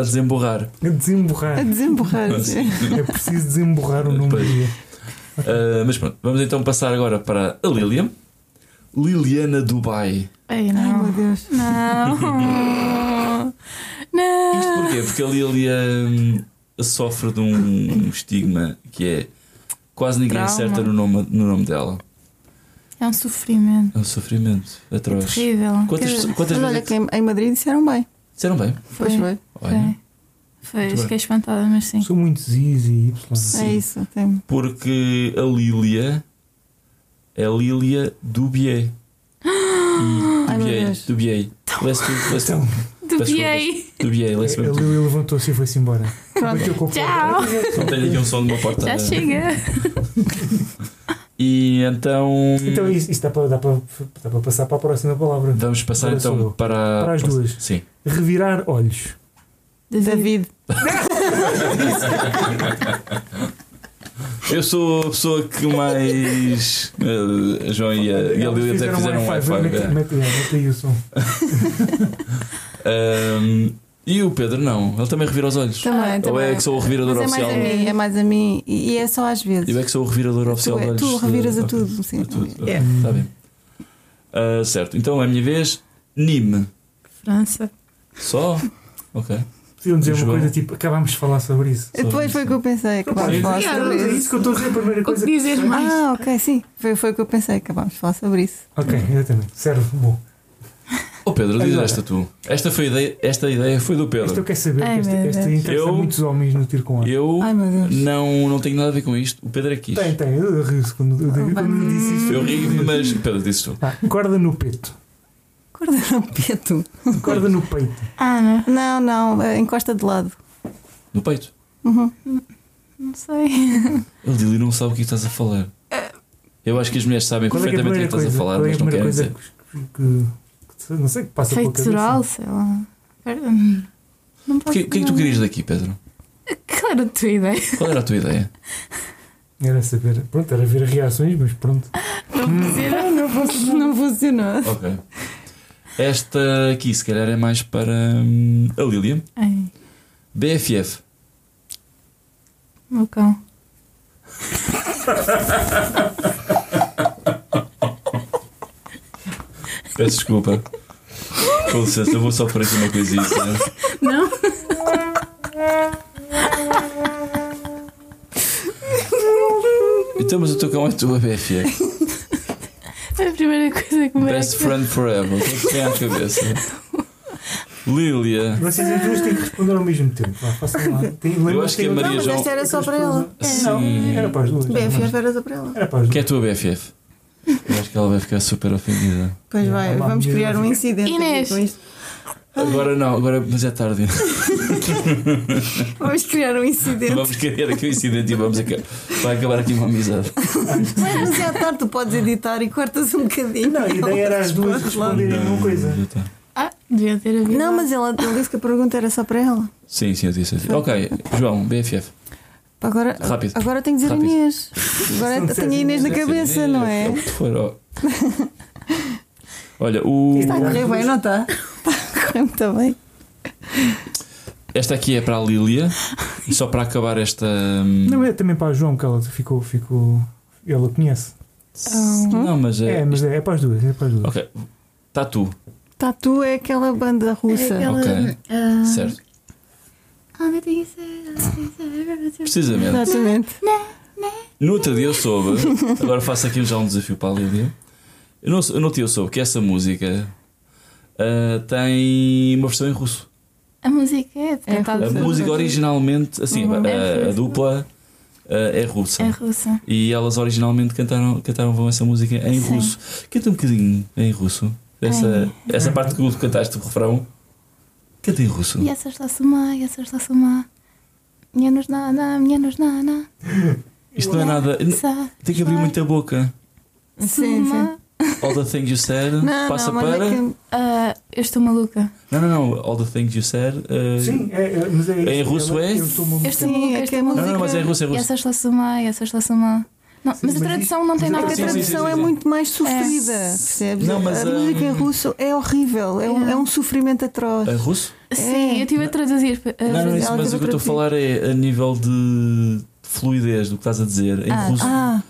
S1: a desemborrar.
S2: A desemborrar.
S3: A desemborrar.
S2: É preciso desemborrar o nome
S1: Pois.
S2: Maria.
S1: [laughs] Ah, mas pronto, vamos então passar agora para a Lilian. Liliana Dubai.
S4: Ai,
S3: Ai, meu
S4: não.
S3: Deus.
S4: Não. Não.
S1: Isto porquê? Porque a Lilian sofre de um estigma que é quase ninguém
S4: Trauma.
S1: acerta no nome, no nome dela.
S4: É um sofrimento.
S1: É um sofrimento atroz.
S4: Terrível.
S1: Quantas,
S4: Que-
S1: pessoas- quantas
S3: É Mas
S1: vezes
S3: olha que em em Madrid disseram bem.
S1: disseram bem?
S4: Foi.
S3: Pois foi.
S1: Olha,
S4: Foi.
S1: né? Muito
S4: Foi. Fiquei espantada, mas sim.
S2: São muitos Is e Y.
S3: É isso. Tem...
S1: porque a Lilia é Lilia
S3: [gasps]
S1: Dubier. E
S3: Ai, meu
S1: Dubier,
S3: Deus.
S1: Dubier. Leste, leste,
S2: Então,
S4: Dupiei.
S1: Dubier, leste
S2: a Lili levantou-se e foi-se embora. Bateu
S3: Pronto.
S2: com a porta.
S4: Tchau.
S2: Então,
S1: Só tenho aqui um som de uma porta.
S4: Já chega.
S1: E então.
S2: [laughs] Então, isso, isso dá, para, dá, para, dá para passar para a próxima palavra.
S1: Vamos passar
S2: Agora sou
S1: então
S2: eu.
S1: para.
S2: Para as duas.
S1: Sim.
S2: Revirar olhos.
S3: David.
S1: Eu sou a pessoa que mais. eh, a João e a, e a Lilia até fizeram um
S2: Vai,
S1: wi-fi.
S2: mete-
S1: é.
S2: Mete mete aí o som.
S1: Ahm, e o Pedro não, ele também revira os olhos.
S3: Também,
S1: Ou é
S3: também.
S1: que sou o revirador
S3: Mas é
S1: oficial?
S3: mais a mim, é mais a mim. E e é só às vezes.
S1: Eu é que sou o revirador oficial
S3: tu,
S1: de
S3: é-
S1: olhos.
S3: tu reviras a
S1: Ok.
S3: tudo. Sim.
S1: A tudo.
S3: É.
S1: Está bem. Ah, certo, então é a minha vez. Nime.
S4: França.
S1: Só? Ok.
S2: Podiam dizer uma
S1: João.
S2: coisa tipo, acabámos de falar sobre isso.
S3: Depois foi o que eu pensei. Acabámos de falar
S2: Sim,
S3: sobre
S2: é
S3: isso.
S2: isso que eu estou a dizer, a primeira
S4: O que
S2: coisa.
S4: dizes mais?
S3: Ah, ok, sim. Foi, foi o que eu pensei. Acabámos de falar sobre isso.
S2: Ok, exatamente. Serve. Bom,
S1: Ô Pedro, diz
S2: Agora.
S1: esta tu. Esta, foi a ideia, esta ideia foi do
S2: isto eu
S1: Pedro.
S2: quero saber.
S4: Ai,
S2: que Esta, é
S4: meu
S2: esta
S4: Deus.
S2: interessa
S1: Eu-
S2: muitos homens no tiro com arco.
S1: Eu
S3: Ai meu Deus.
S1: não, não tenho nada a ver com isto. O Pedro é que quis.
S2: Tem, tem. Eu rio-se quando, eu digo- quando me disse isto.
S1: Eu ri-me, mas. Pedro, disse tu.
S2: Ah, corda no peito.
S3: Corda [laughs] no peto.
S2: Corda no peito.
S4: Ah, não.
S3: Não, não, eh, encosta de lado.
S1: No peito.
S3: Uhum.
S4: Não sei.
S1: Ele diz, não sabe o que estás a falar. Eu acho que as mulheres sabem
S2: Qual é que é a
S1: perfeitamente o que estás
S2: primeira coisa?
S1: a falar,
S2: Qual é a
S1: mas não
S2: primeira
S1: querem
S2: coisa
S1: dizer.
S2: que, que- que- Não sei, que passa pela
S4: Feitoral,
S2: cabeça.
S4: sei lá. hum. Não
S1: O que, o que é que tu querias daqui, Pedro?
S4: Claro, tua ideia.
S1: Qual era a tua
S2: [laughs]
S1: ideia?
S2: Era saber. Pronto, era ver reações, mas pronto.
S4: Não vou dizer.
S3: Não funcionou. Não funcionou.
S1: Ok. Esta aqui, se calhar, é mais para hum, a Lilian.
S4: Ai,
S1: BFF.
S4: meu cão.
S1: Peço
S2: [laughs]
S1: desculpa. Com licença, eu vou só por aqui uma coisinha. senhor.
S4: Não?
S1: Então, mas o teu cão é tua BFF.
S4: [laughs] Foi a primeira coisa é que me veio à
S1: Best friend forever. O que é que tem à cabeça? Lilia.
S2: Vocês as duas têm que responder ao mesmo tempo. Vá, façam lá. Tem- lembra-
S1: acho que
S2: tem
S1: a
S2: outra-
S1: Maria
S3: Não, mas
S1: João-
S3: esta era só para ela.
S2: Não, era para as duas.
S3: Bem,
S2: Era
S3: era só para ela.
S2: para as
S1: Quem é
S2: duas.
S1: a tua BFF? Eu acho que ela vai ficar super ofendida.
S3: Pois
S2: É,
S3: vai,
S2: uma
S3: vamos
S2: amiga.
S3: criar um incidente aqui
S4: Inês.
S3: com isto.
S1: Agora não, agora, mas é tarde.
S3: Vamos criar um incidente.
S1: Vamos querer aqui o incidente e vamos aca- vai acabar aqui uma amizade.
S3: Mas é à tarde, tu podes editar e cortas um bocadinho.
S2: Não, a ideia era as duas responderem uma coisa.
S1: Já tá. está.
S4: Ah, devia ter havido.
S3: Não, mas ela, ele disse que a pergunta era só para ela.
S1: Sim, sim, eu disse. eu disse. Ok, João, BFF.
S3: Agora,
S1: Rápido.
S3: agora tenho que dizer
S1: Rápido.
S3: Inês. Agora tenho a Inês na cabeça, não é?
S1: o que for, ó. Olha, o.
S3: Está a correr bem, não está? Está a correr muito bem.
S1: Esta aqui é para a Lília. E Só para acabar esta. hum,
S2: Não, é também para o João que ela ficou. ficou ela conhece.
S1: Não, mas é.
S2: É, mas é, é para as duas. É para as duas.
S1: Ok. tá Tatu.
S3: Tatu é aquela banda russa.
S5: É aquela,
S1: Ok.
S5: ah,
S1: Certo.
S5: ah, não tem isso, não tem isso, não tem isso.
S1: Precisamente.
S3: Exatamente.
S4: Né?
S1: No outro dia eu soube. Agora faço aqui já um desafio para a Lília. Eu não, eu no outro dia eu soube que essa música ah, tem uma versão em russo.
S4: A música é
S3: É
S4: cantada
S1: A
S3: russa.
S4: por-
S1: música originalmente, assim,
S4: Uhum.
S1: a-
S4: É
S1: a,
S4: russa.
S1: dupla ah, é russa.
S4: É russa.
S1: E elas originalmente cantaram, cantaram vão essa música em
S4: Sim.
S1: russo. Canta um bocadinho em russo. Essa, essa parte que tu cantaste o refrão. Canta em russo.
S4: E essa está suma, e essa está suma. Menos nada, menos nada.
S1: Isto não é nada. Tem que abrir muita boca.
S3: Sim, sim.
S4: Suma.
S1: All the things you said
S3: Não,
S1: passa
S3: não, mas
S1: para.
S3: é que.
S4: Ah, eu estou maluca.
S1: Não, não, não. All the things you said. eh,
S2: Sim, é, é, mas é isso.
S1: Em russo
S2: Ela-
S1: é?
S2: Eu sou maluco.
S4: Esta,
S3: Sim,
S4: mu-
S3: é que
S4: esta
S3: é
S4: música.
S1: Não, não, mas é em russo, é em
S4: E
S1: russo.
S4: essa está suma, e essa está suma. Não,
S2: Sim,
S4: mas a
S2: mas
S4: tradução não tem
S2: mas
S4: nada
S2: é
S4: a
S3: Porque
S1: sim,
S3: a
S1: sim,
S4: ver.
S3: tradução
S1: sim,
S3: é
S1: sim.
S3: muito mais sofrida,
S4: É.
S3: percebes?
S1: Não, mas,
S3: a música em
S1: hum, É
S3: russo é horrível, é um,
S4: é.
S3: é um sofrimento atroz.
S1: Em russo?
S3: é
S4: Sim, eu estive a traduzir. a
S1: não, não,
S4: traduzir.
S1: isso,
S3: ela
S1: mas
S3: teve
S1: o que eu estou a
S3: outro
S1: falar é a nível de fluidez do que estás a dizer. Em
S4: Ah,
S1: russo,
S3: Ah,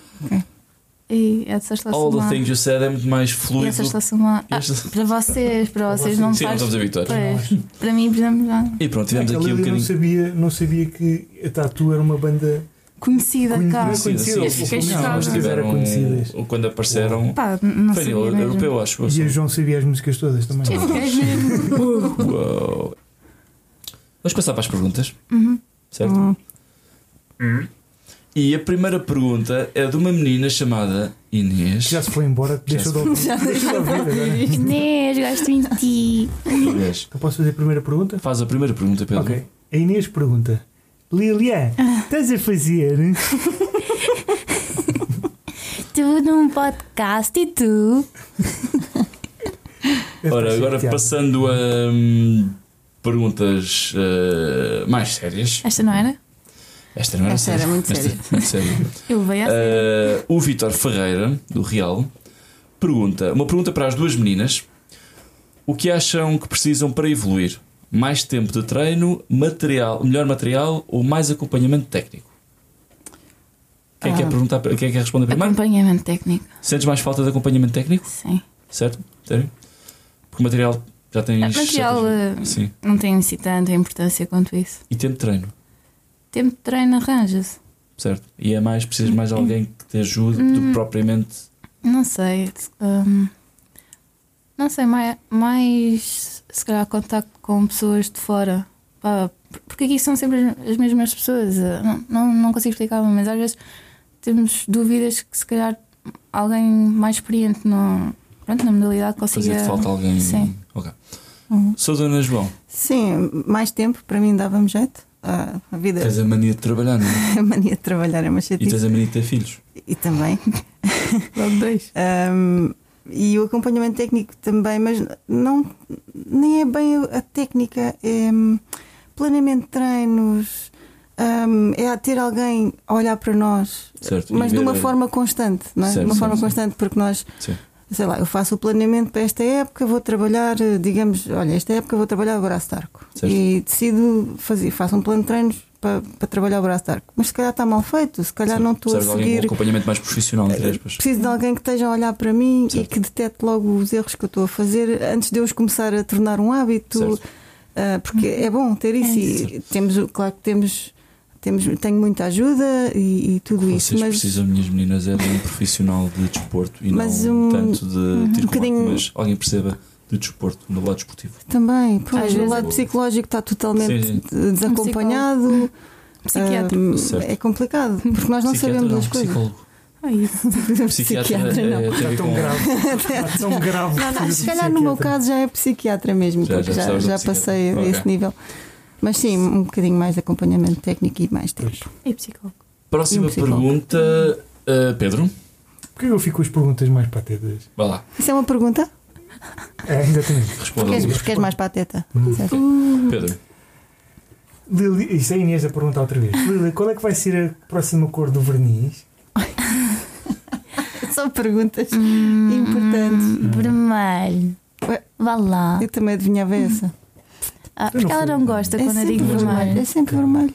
S4: E essa está
S1: all the
S4: suma.
S1: things you said é muito mais
S4: E
S1: fluido.
S4: essa está suma. Ah,
S1: Esta-
S4: Para vocês, para vocês
S1: [laughs]
S4: não
S1: Sim, não
S4: faz.
S1: estamos habituados.
S4: Pois, para mim, por exemplo, já
S1: E pronto,
S2: É
S1: tivemos
S2: que a
S1: aqui um
S2: Lili não
S1: bocadinho.
S2: sabia, não sabia que a Tatu era uma banda.
S4: conhecida cá.
S2: Conhecida.
S1: Sim,
S2: Conhecida,
S1: sim,
S4: fiquei
S1: sim.
S4: chocada.
S1: Elas tiveram-
S2: Conhecidas.
S1: Quando apareceram.
S4: Pá, não
S1: Foi
S4: sabia
S1: nível
S4: mesmo.
S1: europeu, acho. eu
S2: E
S1: sou.
S2: o João sabia as músicas todas também.
S4: Eu fiquei mesmo.
S1: Uou. Vamos passar para as perguntas,
S4: Uhum.
S1: certo?
S3: hum,
S1: E a primeira pergunta é de uma menina chamada Inês.
S2: Que já se foi embora, que deixou de ouvir.
S3: já
S2: Deixou de ouvir agora.
S5: Inês, gosto em ti.
S1: Inês.
S2: Então posso fazer a primeira pergunta?
S1: Faz a primeira pergunta, Pedro.
S2: Ok. A Inês pergunta: [laughs] Lilian, estás a fazer?
S5: Tu num podcast e tu?
S1: Ora,
S2: Estás
S1: agora
S2: chateada.
S1: passando a hum, perguntas eh, mais sérias.
S4: Esta não era?
S1: Esta não era
S3: Esta era
S1: séria.
S3: muito séria.
S1: Esta- [laughs] muito séria.
S4: Eu veio assim.
S1: Eh, o Vitor Ferreira, do Real, pergunta: uma pergunta para as duas meninas. O que acham que precisam para evoluir? Mais tempo de treino, material, melhor material ou mais acompanhamento técnico? Quem é que
S3: Ah.
S1: quer perguntar? Quem é que quer responder primeiro?
S4: Acompanhamento técnico,
S1: Sentes mais falta de acompanhamento técnico?
S4: sim.
S1: Certo? Sério? Porque o material já tens.
S4: Ah, material
S1: já
S4: eh,
S1: tens- Sim.
S4: não tem assim tanta importância quanto isso.
S1: E tempo de treino,
S4: Tempo de treino arranja-se.
S1: certo? E é mais, precisas
S4: Hum.
S1: mais de alguém que te ajude do que propriamente.
S4: Não sei. hum, não sei, mais, mais se calhar contacto com pessoas de fora. Pá, porque aqui são sempre as- as mesmas pessoas. eh, Não, não, não consigo explicar, mas às vezes temos dúvidas que se calhar alguém mais experiente não, pronto, na modalidade consiga.
S1: Fazia-te falta alguém.
S4: Sim.
S1: Ok.
S3: hum.
S1: Sou Dona João.
S3: Sim, mais tempo para mim dava-me jeito. Ah, a vida,
S1: É. Tens a mania de trabalhar, não é?
S3: [laughs] a mania de trabalhar é uma
S1: E tens
S3: chatice.
S1: a mania de ter filhos.
S3: E também.
S4: Logo dois.
S3: Ahm, e o acompanhamento técnico também, mas não nem é bem a técnica, é hum, planeamento de treinos, hum, é a ter alguém a olhar para nós,
S1: Certo.
S3: mas
S1: E
S3: de
S1: ver
S3: uma
S1: a-
S3: forma constante, não é?
S1: Certo,
S3: de uma
S1: certo,
S3: forma
S1: sim.
S3: constante, porque nós,
S1: Sim.
S3: sei lá, eu faço o planeamento para esta época, vou trabalhar, eh, digamos, olha, esta época vou trabalhar o braço de arco
S1: Certo.
S3: e decido fazer, faço um plano de treinos para, para trabalhar o braço de arco, mas se calhar está mal feito, se calhar
S1: Sim.
S3: não estou a
S1: Precisas de alguém
S3: seguir É,
S1: com um acompanhamento mais profissional, entre aspas.
S3: Preciso de alguém que esteja a olhar para mim e
S1: Certo.
S3: que detecte logo os erros que eu estou a fazer antes de eu os começar a tornar um hábito.
S1: Certo.
S3: Ah, porque é bom ter isso. E temos, o- claro que temos, temos, tenho muita ajuda e, e tudo isso,
S1: Vocês
S3: mas
S1: precisam, minhas meninas, é de um profissional de desporto e
S3: Mas
S1: não
S3: um-
S1: tanto de tiro com
S3: bocadinho-
S1: arco, mas alguém perceba de desporto, no lado desportivo.
S3: também, pois,
S4: Às
S3: o
S4: vezes-
S3: lado psicológico está totalmente
S1: Sim,
S3: de- desacompanhado.
S4: Psiquiatra.
S3: Ah,
S1: Certo.
S3: é complicado, porque nós não
S1: Psiquiatra
S3: sabemos
S1: não,
S3: as coisas.
S1: psicólogo.
S3: Ah.
S4: Ai, É isso.
S1: Psiquiatra,
S3: [laughs] Psiquiatra, não.
S1: é, tem a
S2: Está
S1: ver
S2: tão
S1: com-
S2: [laughs] grave. Está tão grave.
S3: Não, não,
S2: Preciso
S3: se
S2: de
S3: calhar no meu
S2: psiquiatra.
S3: caso já é psiquiatra mesmo,
S1: Já-
S3: porque
S1: já
S3: já,
S1: precisavas de
S3: já
S1: um
S3: passei a
S1: psiquiatra.
S3: esse
S1: Ok.
S3: nível. Mas sim, um bocadinho mais de acompanhamento técnico e mais tempo.
S2: Pois.
S4: É psicólogo.
S1: Próxima
S3: E um psicólogo.
S1: pergunta, eh, Pedro.
S2: Porquê eu fico com as perguntas mais patetas?
S1: Vá lá,
S3: Isso é uma pergunta?
S2: É, exatamente.
S1: responda
S3: Queres,
S1: Luís.
S3: queres mais pateta?
S2: Hum.
S3: Certo. [laughs]
S1: Pedro,
S2: Lili, isso é a Inês a perguntar outra vez. Lili, qual é que vai ser a próxima cor do verniz?
S3: São perguntas.
S4: Hum, vermelho.
S3: Ué.
S4: Vá lá.
S3: Ah, Eu também adivinhava essa.
S4: Ah,
S2: Eu não
S4: porque ela
S2: fui-
S4: não gosta
S3: é
S4: quando eu
S3: sempre
S4: digo
S3: vermelho.
S4: vermelho.
S3: É sempre vermelho.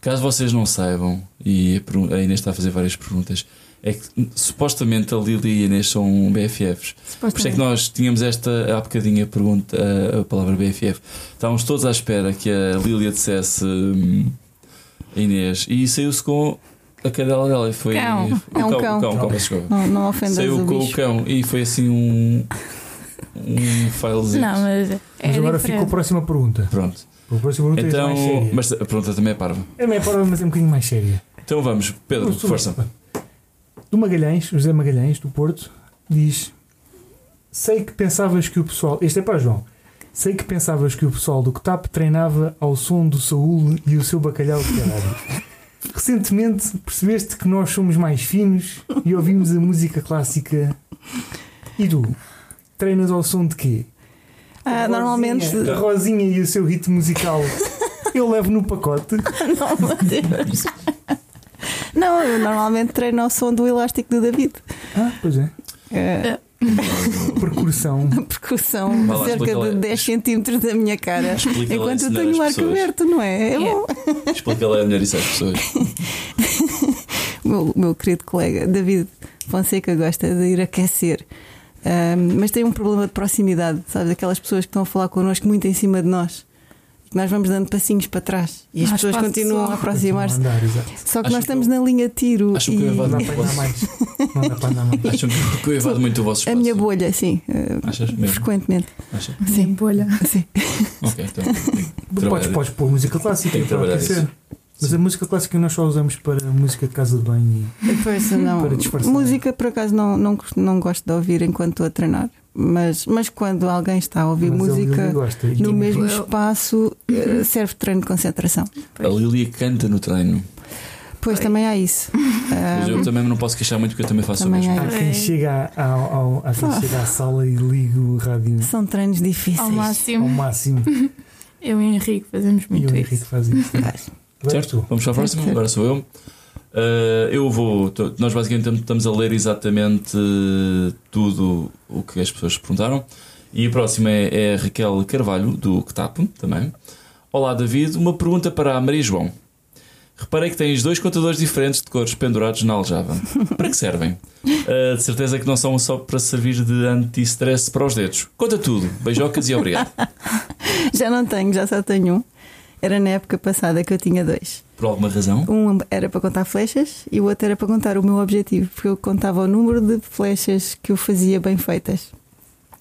S1: caso vocês não saibam, e a pergun- a Inês está a fazer várias perguntas, é que hum, supostamente a Lili e a Inês são BFFs. Por isso é que
S3: Supostamente.
S1: nós tínhamos esta há bocadinho a pergunta, a, a palavra BFF. Estávamos todos à espera que a Lília dissesse hum, a Inês e saiu-se com a cadela dela e foi
S4: Cão.
S1: o
S3: É um
S1: cão,
S3: cão.
S1: o cão, o cão, peço desculpa.
S3: Não, não ofendas
S1: Saiu
S3: o
S1: com o
S3: bicho.
S1: cão e foi assim um um filezinho.
S4: Não, mas. É
S2: Mas agora fica
S4: diferente.
S2: a próxima pergunta.
S1: Pronto.
S2: A próxima pergunta é
S1: Então,
S2: mais séria.
S1: mas a pergunta também é parva.
S2: É meia palavra, mas é um bocadinho mais séria.
S1: Então vamos, Pedro,
S2: Vamos sobre-
S1: força.
S2: Do Magalhães, José Magalhães, do Porto, diz: Sei que pensavas que o pessoal. Este é para João. Sei que pensavas que o pessoal do CTAP treinava ao som do Saúl e o seu bacalhau de caralho. Recentemente percebeste que nós somos mais finos e ouvimos a música clássica. E tu? Treinas ao som de quê?
S3: Ah,
S2: A
S3: normalmente.
S2: Rosinha- A Rosinha e o seu ritmo musical. Eu levo no pacote.
S3: [laughs] Não, meu Deus. Não, eu normalmente treino ao som do elástico do David.
S2: Ah, pois é.
S3: É, [laughs]
S2: Percussão.
S3: a percussão
S1: Vá lá,
S3: cerca
S1: explica
S3: de
S1: lá.
S3: 10 centímetros da minha cara.
S1: Explica lá
S3: Enquanto
S1: isso
S3: eu
S1: nas
S3: tenho o arco
S1: pessoas.
S3: aberto, não é? É bom.
S1: Explica lá melhor isso às pessoas.
S3: O meu, meu querido colega David Fonseca gosta de ir aquecer. Ahm, mas tem um problema de proximidade, sabes? Aquelas pessoas que estão a falar connosco muito em cima de nós. E que nós vamos dando passinhos para trás. E as
S4: Mas
S3: pessoas
S4: passo
S3: continuam
S4: só.
S3: a aproximar-se.
S2: é, Andar, exato.
S3: Só que
S1: Acho
S3: nós
S1: que
S3: estamos
S1: eu-
S3: na linha tiro.
S1: acho que eu
S3: e-
S1: vou
S2: Não dá
S1: dar
S2: para andar mais. Não dá para andar mais.
S1: Acham que- que eu evado muito o vosso
S3: [laughs] a
S1: espaço?
S3: minha bolha, sim. ah,
S1: Achas mesmo?
S3: frequentemente.
S1: Achas?
S3: Sim.
S4: bolha. [laughs]
S3: Sim.
S1: Ok, então.
S2: Podes,
S1: Trabalhar.
S2: podes pôr música clássica
S1: Tem que
S2: para
S1: trabalhar
S2: aquecer.
S1: isso.
S2: Mas a música clássica nós só usamos para música de casa de banho. e-
S3: Pois, não.
S2: Para disfarçar.
S3: Música, por acaso, não, não, gosto- não gosto de ouvir enquanto estou a treinar. Mas, mas quando alguém está a ouvir
S1: é um
S2: mas ele- ele
S3: música
S2: gosta. E tipo,
S3: no
S2: quem-
S3: mesmo
S4: Eu-
S3: espaço, eh, serve de treino de concentração.
S1: A Lília canta no treino.
S3: Pois
S4: Ai.
S3: também há isso. Ah,
S1: Mas eu também não posso queixar muito porque eu também faço
S3: Também
S1: o mesmo.
S3: é.
S2: Há quem
S4: Ai.
S2: chega, à- ao, ao- há quem
S3: Ah.
S2: chega à sala e liga o rádio
S3: são treinos difíceis.
S4: Ao máximo.
S2: ao máximo.
S4: Eu e o Henrique fazemos
S2: E
S4: muito
S2: o Henrique
S4: isso.
S2: faz isso.
S3: Faz.
S1: [laughs]
S2: Vai
S1: Certo?
S2: tu.
S1: Vamos para a próxima,
S3: É Certo.
S1: agora sou eu. Uh, eu vou. t- Nós basicamente tam- estamos a ler exatamente uh, tudo o que as pessoas perguntaram. E a próxima é, é a Raquel Carvalho, do CTAP, também. Olá, David. Uma pergunta para a Maria João. Reparei que tens dois contadores diferentes de cores pendurados na
S3: [laughs]
S1: aljava. Para que servem? Uh, de certeza que não são só para servir de anti-stress para os dedos. Conta tudo. Beijocas e obrigado.
S3: [laughs] Já não tenho, já só tenho um. Era na época passada que eu tinha dois.
S1: Por alguma razão?
S3: Um era para contar flechas e o outro era para contar o meu objetivo, porque eu contava o número de flechas que eu fazia bem feitas.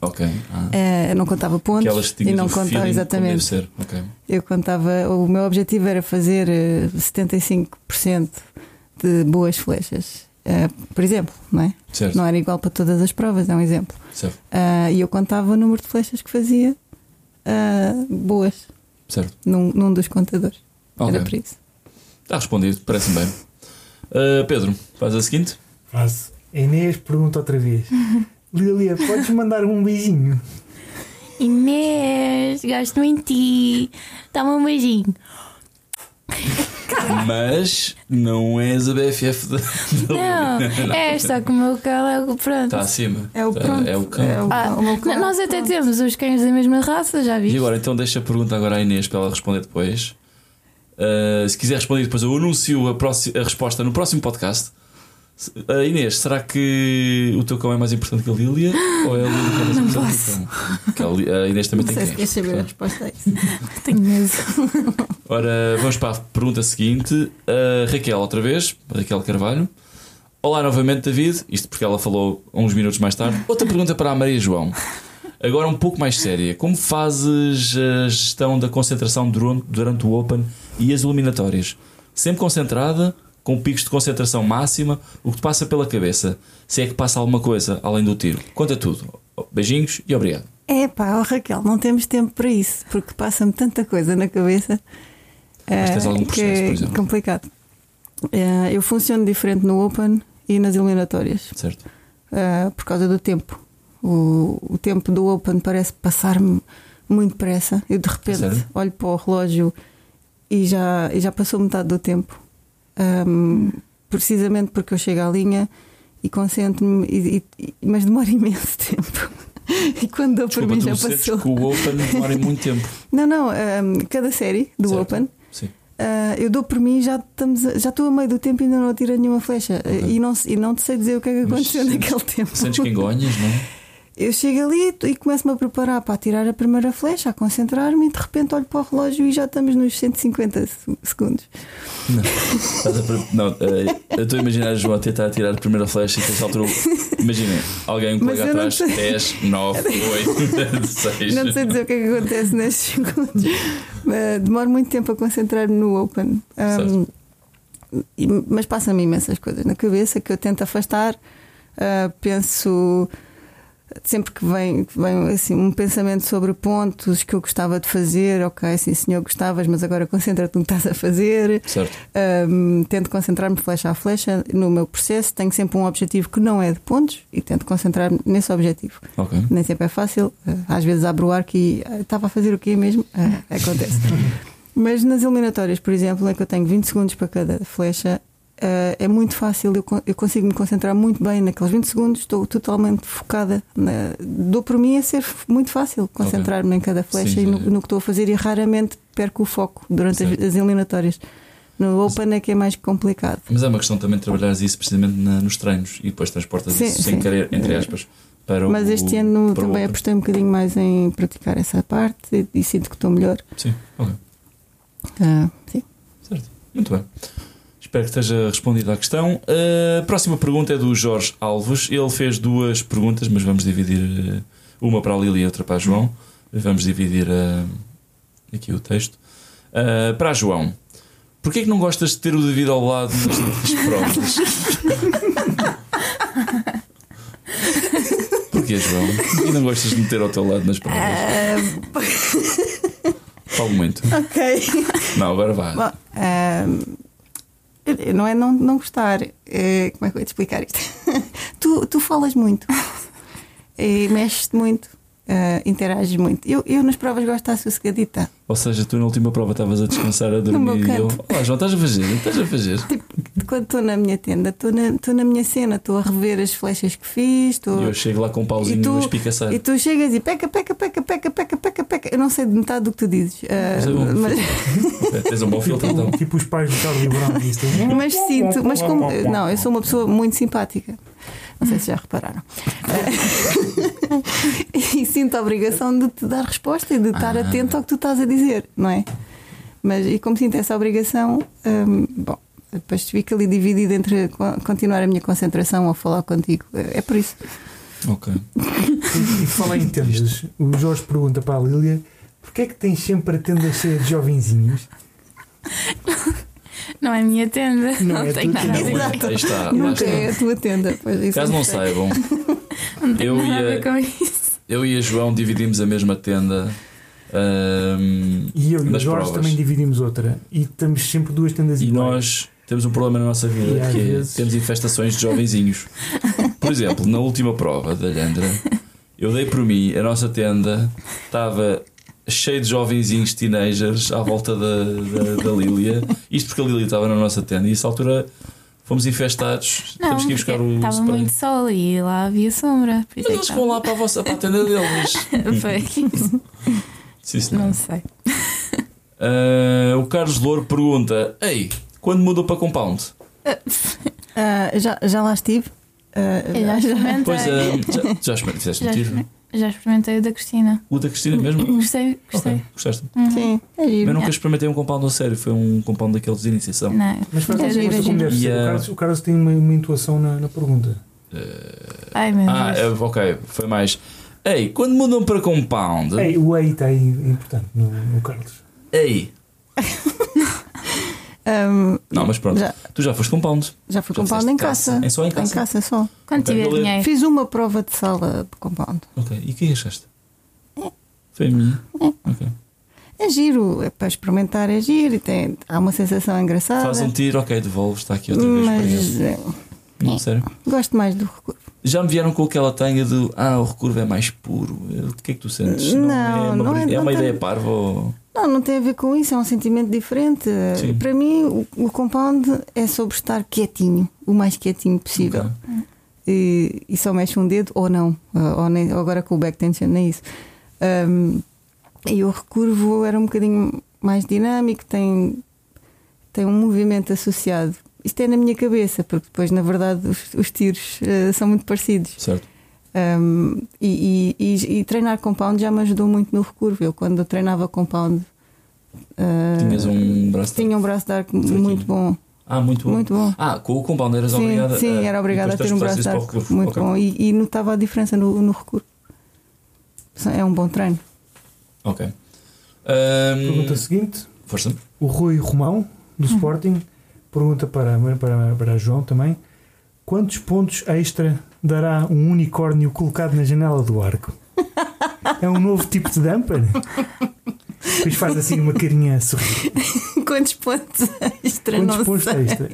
S1: Ok. Ah.
S3: Eh, eu não contava pontos
S1: Aquelas que
S3: e
S1: tinhas
S3: não
S1: o feeling
S3: contava
S1: como
S3: exatamente.
S1: Deve ser. ok.
S3: Eu contava, o meu objetivo era fazer eh, 75% de boas flechas, eh, por exemplo, não é?
S1: Certo.
S3: Não era igual para todas as provas, é um exemplo.
S1: Certo,
S3: Ah, E eu contava o número de flechas que fazia ah, boas
S1: certo.
S3: num, num dos contadores.
S1: Ok.
S3: Era por isso.
S1: Está respondido, parece-me bem. Uh, Pedro, faz a
S3: [laughs]
S1: seguinte.
S2: Faço. A Inês pergunta outra vez. Lilia, podes mandar um beijinho?
S4: Inês, gosto em ti. Dá-me um beijinho.
S1: Mas não és a BFF da. [laughs]
S4: Não, é só que o meu cão é o pronto.
S1: Está acima.
S3: É o
S1: Tá-
S3: pronto.
S1: É o cão.
S3: É o-
S4: Ah,
S3: o meu cão.
S4: n- nós até temos os cães da mesma raça, já
S1: E
S4: viste?
S1: agora, então, deixa a pergunta agora à Inês para ela responder depois. Uh, se quiser responder depois, eu anuncio a, próxi- a resposta no próximo podcast. Se- uh, Inês, será que o teu cão é mais importante que a Lília? Ou é a Lília que é mais importante que o cão? Porque a Li- a Inês também
S3: Não
S1: tem
S3: sei se
S1: cães.
S3: queres saber a
S1: portanto.
S3: resposta a isso.
S4: Tenho medo.
S1: Ora, vamos para a pergunta seguinte. Uh, Raquel, outra vez. Raquel Carvalho. Olá novamente, David. Isto porque ela falou uns minutos mais tarde. Outra pergunta para a Maria João. Agora um pouco mais séria. Como fazes a gestão da concentração durante, durante o Open e as eliminatórias? Sempre concentrada? com picos de concentração máxima, o que te passa pela cabeça? Se é que passa alguma coisa além do tiro? Conta tudo. Beijinhos e obrigado.
S3: É pá, oh Raquel, não temos tempo para isso, porque passa-me tanta coisa na cabeça.
S1: Mas tens
S3: eh,
S1: algum
S3: que
S1: processo, por
S3: é
S1: exemplo?
S3: complicado. Eh, eu funciono diferente no Open e nas eliminatórias,
S1: Certo?
S3: eh, por causa do tempo. O, o tempo do Open parece passar-me muito depressa. Eu de repente
S1: É sério?
S3: olho para o relógio e já, e já passou metade do tempo. Ahm, precisamente porque eu chego à linha e concentro-me, e- e- e- mas demora [laughs] imenso tempo. E quando dou por
S1: Desculpa,
S3: mim
S1: tu
S3: já
S1: sentes
S3: passou.
S1: que o Open demora muito tempo.
S3: [laughs] Não, não, ahm, cada série do
S1: Certo.
S3: Open,
S1: Sim.
S3: ah, eu dou por mim, já, estamos a- já estou a meio do tempo e ainda não atira nenhuma flecha.
S1: Ok.
S3: E, não, se- e não te sei dizer o que é que
S1: Mas
S3: aconteceu
S1: sentes-
S3: naquele tempo.
S1: Sentes
S3: [laughs]
S1: que engonhas, não é?
S3: Eu chego ali e começo-me a preparar para atirar a primeira flecha, a concentrar-me e de repente olho para o relógio e já estamos nos 150 se- segundos.
S1: Estás a pre- Não, eh, eu estou a imaginar a João a tentar tirar a primeira flecha e depois altura. Imagina, alguém um
S3: Mas
S1: colega
S3: eu não
S1: atrás,
S3: sei.
S1: 10,
S3: [laughs]
S1: 9, 8, 6.
S3: Não sei dizer o que é que acontece nesses segundos. Ah, demoro muito tempo a concentrar-me no Open. Ah,
S1: Certo.
S3: e- mas passam-me imensas coisas na cabeça que eu tento afastar. Ah, penso sempre que vem, que vem assim, um pensamento sobre pontos que eu gostava de fazer. Ok, sim senhor, gostavas, mas agora concentra-te no que estás a fazer.
S1: Certo,
S3: Ahm, tento concentrar-me flecha a flecha no meu processo. Tenho sempre um objetivo que não é de pontos e tento concentrar-me nesse objetivo.
S1: ok.
S3: Nem sempre é fácil, eh, às vezes abro o arco e eh, estava a fazer o quê mesmo? [laughs] Ah, acontece. Mas nas eliminatórias, por exemplo, em que eu tenho 20 segundos para cada flecha, eh, é muito fácil, eu, con- eu consigo me concentrar muito bem naqueles 20 segundos, estou totalmente focada. na- dou por mim a ser f- muito fácil concentrar-me em cada flecha
S1: Sim,
S3: e no,
S1: sim.
S3: no que estou a fazer e raramente perco o foco durante as,
S1: Certo.
S3: as eliminatórias. No Open é que é mais complicado.
S1: Mas é uma questão também de trabalhares isso precisamente na- nos treinos e depois transportas
S3: Sim,
S1: isso sem
S3: sim.
S1: querer, entre aspas, para o.
S3: Mas este ano
S1: para o
S3: também
S1: Open.
S3: apostei um bocadinho mais em praticar essa parte e, e sinto que estou melhor.
S1: Sim, ok.
S3: Ah, sim.
S1: Certo, muito bem. Espero que esteja respondida a questão. A próxima pergunta é do Jorge Alves. Ele fez duas perguntas, mas vamos dividir eh, uma para a Lília e outra para a João. Vamos dividir eh, aqui o texto. Eh, para a João, porquê é que não gostas de ter o devido ao lado nas nas provas? Porquê, João? Porquê não gostas de meter ao teu lado nas provas? Fala muito.
S3: [laughs] ok.
S1: Não, agora vá.
S3: [laughs] Bom, ah, não é não, não gostar. é, como é que eu ia te explicar isto? [laughs] tu, tu falas muito, e mexes-te muito, ah, interages muito. Eu, eu nas provas gosto de estar sossegadita.
S1: Ou seja, tu na última prova estavas a descansar, a
S3: [laughs] No
S1: dormir
S3: meu
S1: e eu.
S3: canto. Tipo,
S1: Ó João, estás a fazer, estás a fazer.
S3: Quando estou na minha tenda, estou na, estou na minha cena, estou a rever as flechas que fiz, estou.
S1: E eu chego lá com um pauzinho
S3: E
S1: e,
S3: tu-
S1: tu... espicaçar.
S3: E tu chegas e peca, peca, peca, peca, peca, peca, peca. Eu não sei de metade do que tu dizes. ah,
S1: Mas é bom.
S3: mas-
S1: Ok, Tens um bom filtro então.
S2: [laughs] Tipo, tipo os pais do
S1: [laughs]
S2: Charlie Brown. Isto é
S3: Mas sinto, mas como. Não, eu sou uma pessoa muito simpática. Não sei se já repararam. Eh, [laughs] e sinto a obrigação de te dar resposta e de estar
S1: Ah.
S3: atento ao que tu estás a dizer, não é? Mas, e como sinto essa obrigação, hum, bom, depois fico ali dividido entre co- continuar a minha concentração ou falar contigo. É por isso.
S1: Ok.
S2: E por falar em tendas, o Jorge pergunta para a Lília: porquê é que tens sempre a tenda cheia de jovenzinhos?
S4: Não é a minha tenda,
S2: Não
S4: não,
S2: é
S4: tem
S2: tudo,
S4: nada a
S2: não
S4: ver.
S3: Exato.
S1: Aí está, lá
S3: Nunca
S1: está.
S3: é a tua tenda. Pois isso
S1: Ah, Caso
S3: é
S1: não
S3: certo.
S1: saibam,
S4: Não tem
S1: Eu
S4: nada a
S1: ia-
S4: ver com isso.
S1: eu e a João dividimos a mesma tenda. ahm,
S2: E eu e o
S1: Nas
S2: Jorge
S1: provas.
S2: também dividimos outra. E temos sempre duas tendas
S1: e
S2: iguais.
S1: nós temos um problema na nossa
S2: é? E
S1: vida
S2: às
S1: que é,
S2: vezes-
S1: temos infestações de jovenzinhos. Por exemplo, na última prova da Leandra, eu dei por mim, a nossa tenda estava cheia de jovenzinhos teenagers à volta da, da, da Lília. Isto porque a Lília estava na nossa tenda e a essa altura fomos infestados.
S4: Não,
S1: temos que ir
S4: porque
S1: buscar o
S4: estava
S1: spray.
S4: muito sol e lá havia sombra. Por
S1: Mas
S4: isso é que
S1: eles vão lá para a, vossa, para a tenda
S4: [laughs]
S1: deles.
S4: estava- Foi isso,
S1: Sim, senhora.
S4: não sei.
S1: Ah, o Carlos Louro pergunta: Ei, quando mudou para Compound?
S3: Ah, já, já lá estive. Ah,
S4: Eu já experimentei.
S1: Pois ah, já, já experimentei- fizeste um
S4: Já
S1: tiro?
S4: experimentei. Já experimentei o da Cristina.
S1: O da Cristina mesmo?
S4: Gostei, gostei. Uhum.
S1: Ok, gostaste.
S3: Hum, Sim, é giro.
S1: Eu nunca experimentei um compound a sério, foi um compound daqueles de iniciação.
S4: Não. assim,
S2: Mas faz
S3: É
S2: uma
S3: giro, é
S2: coisa como
S3: giro.
S2: deve ser.
S1: E,
S2: O
S1: eh,
S2: Carlos, o Carlos tem uma, uma intuação na, na pergunta.
S4: Ai meu
S1: Ah, é,
S4: Deus.
S1: ok, foi mais. Ei, quando mudam para compound, ei,
S2: Ei, É, o aí está aí importante no, no Carlos.
S1: ei,
S3: Ahm,
S1: Não, mas pronto.
S3: Hum, Já,
S1: Tu já foste compound.
S3: já fui
S1: Já
S3: compound em
S1: fizeste caça.
S3: caça.
S1: É só em
S3: Em
S1: caça?
S3: caça só.
S4: Quando
S1: Ok,
S4: tiver
S1: valeu.
S4: dinheiro.
S3: Fiz uma prova de sala de compound.
S1: Ok. E o que achaste? Foi a minha. Ok.
S3: É giro, é para experimentar, é giro e tem, há uma sensação engraçada.
S1: Faz um tiro, ok, devolves, está aqui outra vez.
S3: mas
S1: para ele.
S3: é,
S1: Não, sério.
S3: gosto mais do recurvo.
S1: Já me vieram com aquela tanga de ah, o recurvo é mais puro. Eu- O que é que tu sentes?
S3: Não,
S1: é, uma,
S3: não
S1: brin-
S3: é-
S1: é uma
S3: não tem-
S1: ideia parva ou.
S3: Não, não tem a ver com isso, é um sentimento diferente.
S1: Sim.
S3: Para mim, o, o compound é sobre estar quietinho, o mais quietinho possível.
S1: Ok.
S3: e, e só mexe um dedo ou não, ou, ou nem- ou agora com o back tension, nem isso. Ahm, e o recurvo era um bocadinho mais dinâmico, tem, tem um movimento associado. Isto é na minha cabeça, porque depois, na verdade, os, os tiros eh, são muito parecidos.
S1: Certo.
S3: Um, e, e- e- e treinar compound já me ajudou muito no recurvo. Eu, quando treinava compound, uh,
S1: Tinhas um braço. de-
S3: tinha um braço de arco
S1: Fraquinho.
S3: muito bom.
S1: Ah, muito bom.
S3: Muito bom.
S1: Ah, com o eh, compound eras
S3: sim,
S1: obrigada.
S3: sim, era obrigada a ter um braço de arco muito bom e, e notava a diferença no, no recurso. É um bom treino.
S1: bom. Ok. Ahm,
S2: Pergunta seguinte:
S1: força.
S2: o Rui Romão, do
S3: Uhum.
S2: Sporting, pergunta para, para, para João também: quantos pontos extra dará um unicórnio colocado na janela do
S3: [laughs]
S2: arco? É um novo tipo de damper? Depois faz assim uma carinha a sorrir.
S3: [laughs] Quantos pontos extra?
S2: Quantos
S3: não
S2: pontos
S3: sei.
S2: extra?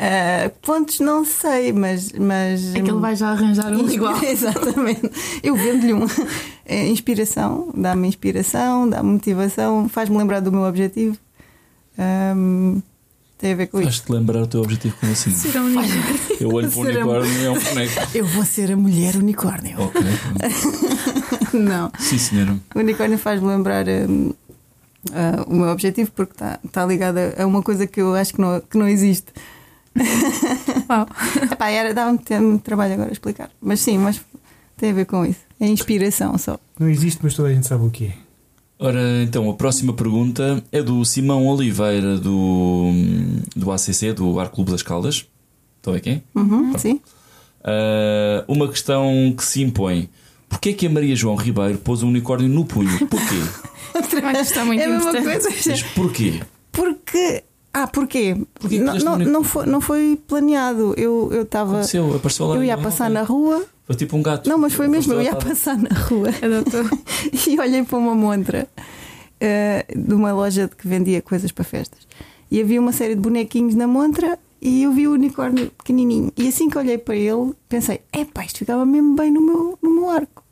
S3: Ah, pontos não sei, mas. mas
S4: É que ele vai já arranjar
S3: [laughs]
S4: um [laughs] igual.
S3: Exatamente. Eu vendo-lhe um. [laughs] É, inspiração, dá-me inspiração, dá-me motivação, faz-me lembrar do meu objetivo. Ahm, tem a ver com isso.
S1: Faz-te lembrar o teu objetivo como assim?
S4: Será um igual.
S1: Eu olho para o
S3: Será-
S1: unicórnio e é um boneco.
S3: Eu vou ser a mulher unicórnio.
S1: [laughs] ok.
S3: [laughs] Não.
S1: Sim, senhora.
S3: O unicórnio faz-me lembrar hum, ah, o meu objetivo porque está tá ligado a- a uma coisa que eu acho que não, que não existe.
S4: Uau.
S3: Epá, era, dava-me te- muito trabalho agora explicar. Mas sim, mas tem a ver com isso. É inspiração só.
S2: Não existe, mas toda a gente sabe o que é.
S1: Ora, então, a próxima pergunta é do Simão Oliveira do, do ACC, do Ar Clube das Caldas. Estão aqui?
S3: Uhum, sim.
S1: Ah, uma questão que se impõe. Porquê que a Maria João Ribeiro pôs um unicórnio no punho? Porquê?
S3: [laughs]
S4: Vai estar muito
S3: é a mesma
S4: importante.
S3: coisa.
S1: Mas porquê?
S3: Porque. Ah, porquê?
S1: Porquê que
S3: não,
S1: puseste
S3: não,
S1: um unic-
S3: não foi, não foi planeado. Eu eu estava.
S1: Aconteceu, apareceu lá.
S3: eu ia
S1: Ah,
S3: passar
S1: ok.
S3: na rua.
S1: Foi tipo um gato.
S3: Não, mas foi mesmo. Eu ia
S1: Estava-
S3: passar na rua.
S4: É doutor.
S3: [laughs] e olhei para uma montra eh, de uma loja de que vendia coisas para festas. E havia uma série de bonequinhos na montra e eu vi o unicórnio pequenininho. E assim que olhei para ele, pensei: epá, isto ficava mesmo bem no meu, no meu arco.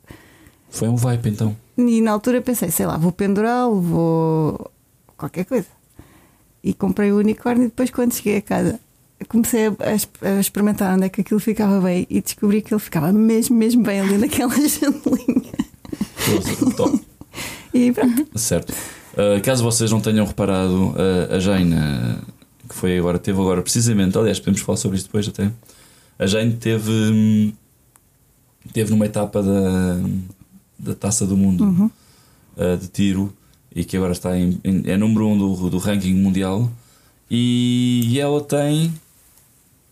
S1: Foi um vibe então.
S3: E na altura pensei: sei lá, vou pendurá-lo, vou. qualquer coisa. E comprei o unicórnio e depois, quando cheguei a casa. Comecei a, a exp- a experimentar onde é que aquilo ficava bem e descobri que ele ficava mesmo, mesmo bem ali [laughs] naquela janelinha.
S1: Pôs,
S3: [laughs]
S1: Top.
S3: E pronto,
S1: Certo. Uh, caso vocês não tenham reparado, uh, a Jane, uh, que foi agora, teve agora precisamente, aliás, podemos falar sobre isto depois até. A Jane teve, hum, teve numa etapa da, da Taça do Mundo
S3: Uhum.
S1: uh, de tiro e que agora está em, em- é número 1 um do, do ranking mundial e, ela tem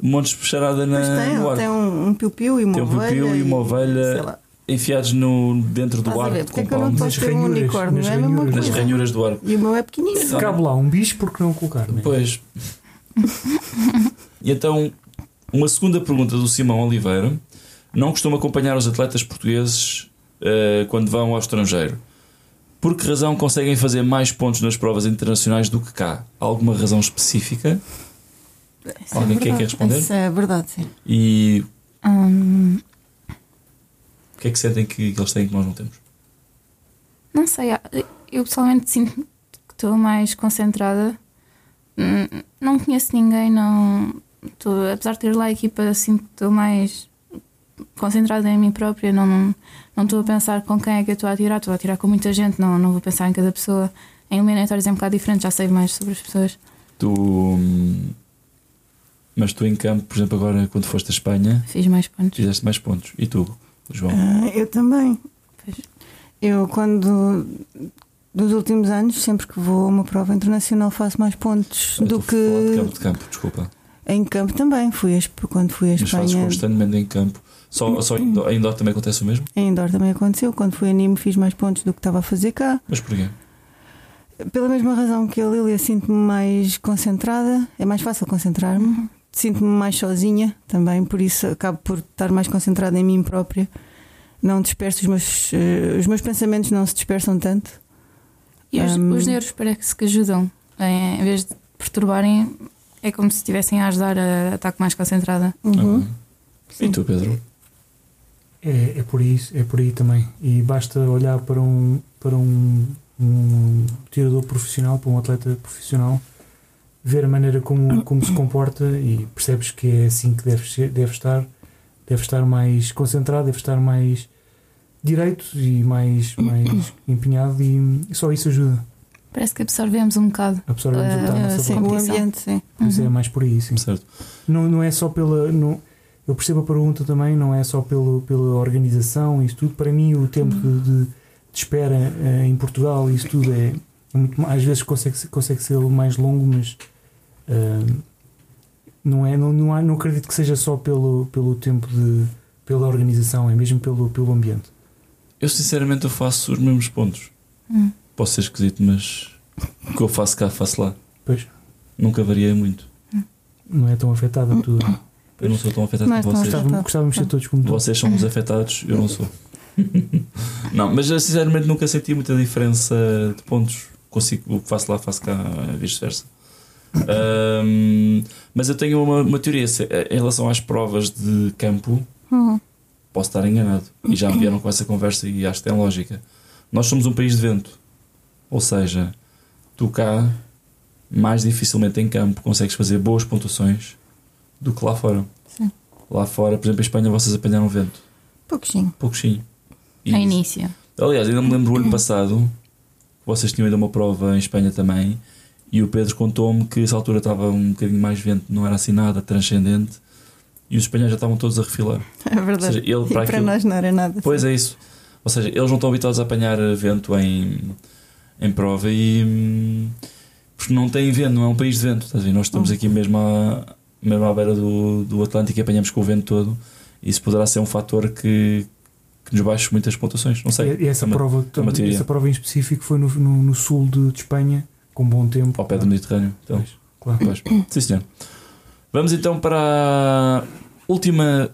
S1: montes de puxarada na,
S3: Pois tem,
S1: no
S3: ele
S1: ar.
S3: tem um, um piu-piu e uma
S1: Tem um
S3: ovelha.
S1: piu-piu e uma ovelha
S3: Sei lá.
S1: enfiados no, dentro
S3: Estás
S1: do
S3: a
S1: ar
S3: ver?
S1: de
S3: Porque é que eu não
S1: compound,
S2: Nas
S3: posso ter um
S2: ranhuras,
S3: unicórnio?
S2: nas
S3: Não é a mesma
S2: ranhuras.
S1: nas
S3: coisa.
S1: ranhuras do ar.
S3: E o meu é pequenino.
S2: Se cabe lá um bicho, porque não colocar? Né?
S1: Pois. E então, uma segunda pergunta do Simão Oliveira. Não costumo acompanhar os atletas portugueses eh, quando vão ao estrangeiro. Por que razão conseguem fazer mais pontos nas provas internacionais do que cá? Alguma razão específica?
S4: é
S1: Alguém quer,
S4: verdade.
S1: quer responder?
S3: Isso é verdade, sim.
S1: E
S4: Hum,
S1: o que é que sentem que, que eles têm que nós não temos?
S4: não sei. ah, Eu pessoalmente sinto que estou mais concentrada. Hum, Não conheço ninguém, não. estou- apesar de ter lá a equipa, sinto que estou mais concentrada em mim própria. Não não estou a pensar com quem é que eu estou a atirar. Estou a atirar com muita gente, não, não vou pensar em cada pessoa. Em eliminatórios é um bocado diferente, já sei mais sobre as pessoas.
S1: Tu. hum, Mas tu em campo, por exemplo, agora quando foste à Espanha,
S4: Fiz mais pontos.
S1: fizeste mais pontos. E tu, João?
S3: Ah, eu também.
S4: Pois.
S3: Eu, quando. Nos últimos anos, sempre que vou a uma prova internacional, faço mais pontos
S1: Eu
S3: do
S1: estou a falar De
S3: que
S1: campo, de campo, desculpa.
S3: em campo também. Fui a Esp- quando fui à
S1: Mas fazes
S3: Espanha,
S1: constantemente em campo. Só, só em, do- em indoor também acontece o mesmo?
S3: em indoor também aconteceu. Quando fui a Nîmes, fiz mais pontos do que estava a fazer cá.
S1: Mas porquê?
S3: Pela mesma razão que a Lília, sinto-me mais concentrada, é mais fácil concentrar-me. Sinto-me mais sozinha também, por isso acabo por estar mais concentrada em mim própria. Não disperso os meus, eh, os meus pensamentos, não se dispersam tanto.
S4: E os,
S3: Um,
S4: os neuros parece que ajudam. Em, em vez de perturbarem, é como se estivessem a ajudar a, a estar mais concentrada.
S3: Uhum.
S1: Ah, E tu, Pedro?
S2: É, é por isso, é por aí também. E basta olhar para um para um, um tirador profissional, para um atleta profissional, ver a maneira como, como se comporta e percebes que é assim que deves, ser- deves estar, deves estar mais concentrado, deves estar mais direito e mais,
S4: [coughs]
S2: mais empenhado e, só isso ajuda.
S4: Parece que absorvemos um bocado.
S2: Absorvemos
S3: Uhum.
S2: o
S1: é
S2: que está à
S4: Ah,
S2: nossa
S4: sim.
S2: volta.
S3: O
S4: Competição.
S3: ambiente, Eh, sim.
S2: Por isso é
S4: Uhum.
S2: mais por aí, sim.
S1: Certo.
S2: Não, não é só pela. Não, eu percebo a pergunta também, não é só pelo, pela organização, isso tudo. Para mim, o tempo de, de- de espera eh, em Portugal, isso tudo é, é muito. ma- Às vezes consegue, ser- consegue ser mais longo, mas. ah, não, é, não, não, há- não acredito que seja só pelo, pelo tempo de. pela organização, é mesmo pelo, pelo ambiente.
S1: Eu sinceramente eu faço os mesmos pontos.
S4: Hum.
S1: Posso ser esquisito, mas o que eu faço cá, faço lá.
S2: Pois.
S1: Nunca variei muito.
S2: Não é tão afetado a tudo.
S1: Eu não sou tão afetado
S3: Mas
S1: como
S3: não é
S1: vocês.
S3: está-
S2: Gostava- Gostávamos de ser todos como tu.
S1: Vocês são os afetados, eu não sou. [laughs] não, mas eu, sinceramente nunca senti muita diferença de pontos. Consigo, o que faço lá, faço cá, vice-versa. Ahm, mas eu tenho uma, uma teoria se- eh, em relação às provas de campo.
S3: Uhum.
S1: Posso estar enganado e já me vieram com essa conversa e acho que tem lógica. Nós somos um país de vento, ou seja, tu cá mais dificilmente em campo consegues fazer boas pontuações do que lá fora.
S3: Sim.
S1: Lá fora, por exemplo, em Espanha, vocês apanharam vento.
S3: Pouquinho. [laughs]
S1: Pouquinho. E-
S4: Ao início.
S1: Aliás, ainda me lembro o ano passado, vocês tinham ido a uma prova em Espanha também, e o Pedro contou-me que essa altura estava um bocadinho mais vento, não era assim nada transcendente, e os espanhóis já estavam todos a refilar. Ou
S3: É
S1: seja,
S3: verdade.
S1: ele
S3: e [laughs] para
S1: para aquilo.
S3: nós não era nada.
S1: Pois é isso. Ou seja, eles não estão habituados a apanhar vento em, em prova e. hum, Porque não têm vento, não é um país de vento. Estás a ver? Nós estamos aqui mesmo à, mesmo à beira do, do Atlântico e apanhamos com o vento todo. Isso poderá ser um fator que, que nos baixe muitas pontuações. Não sei.
S2: E, e essa,
S1: Também-
S2: prova,
S1: uma teoria.
S2: essa prova em específico foi no, no- no sul de, de Espanha, com bom tempo.
S1: Ao pé do Mediterrâneo. Então,
S2: Pois, claro.
S1: pois. Sim, senhor. Vamos então para a última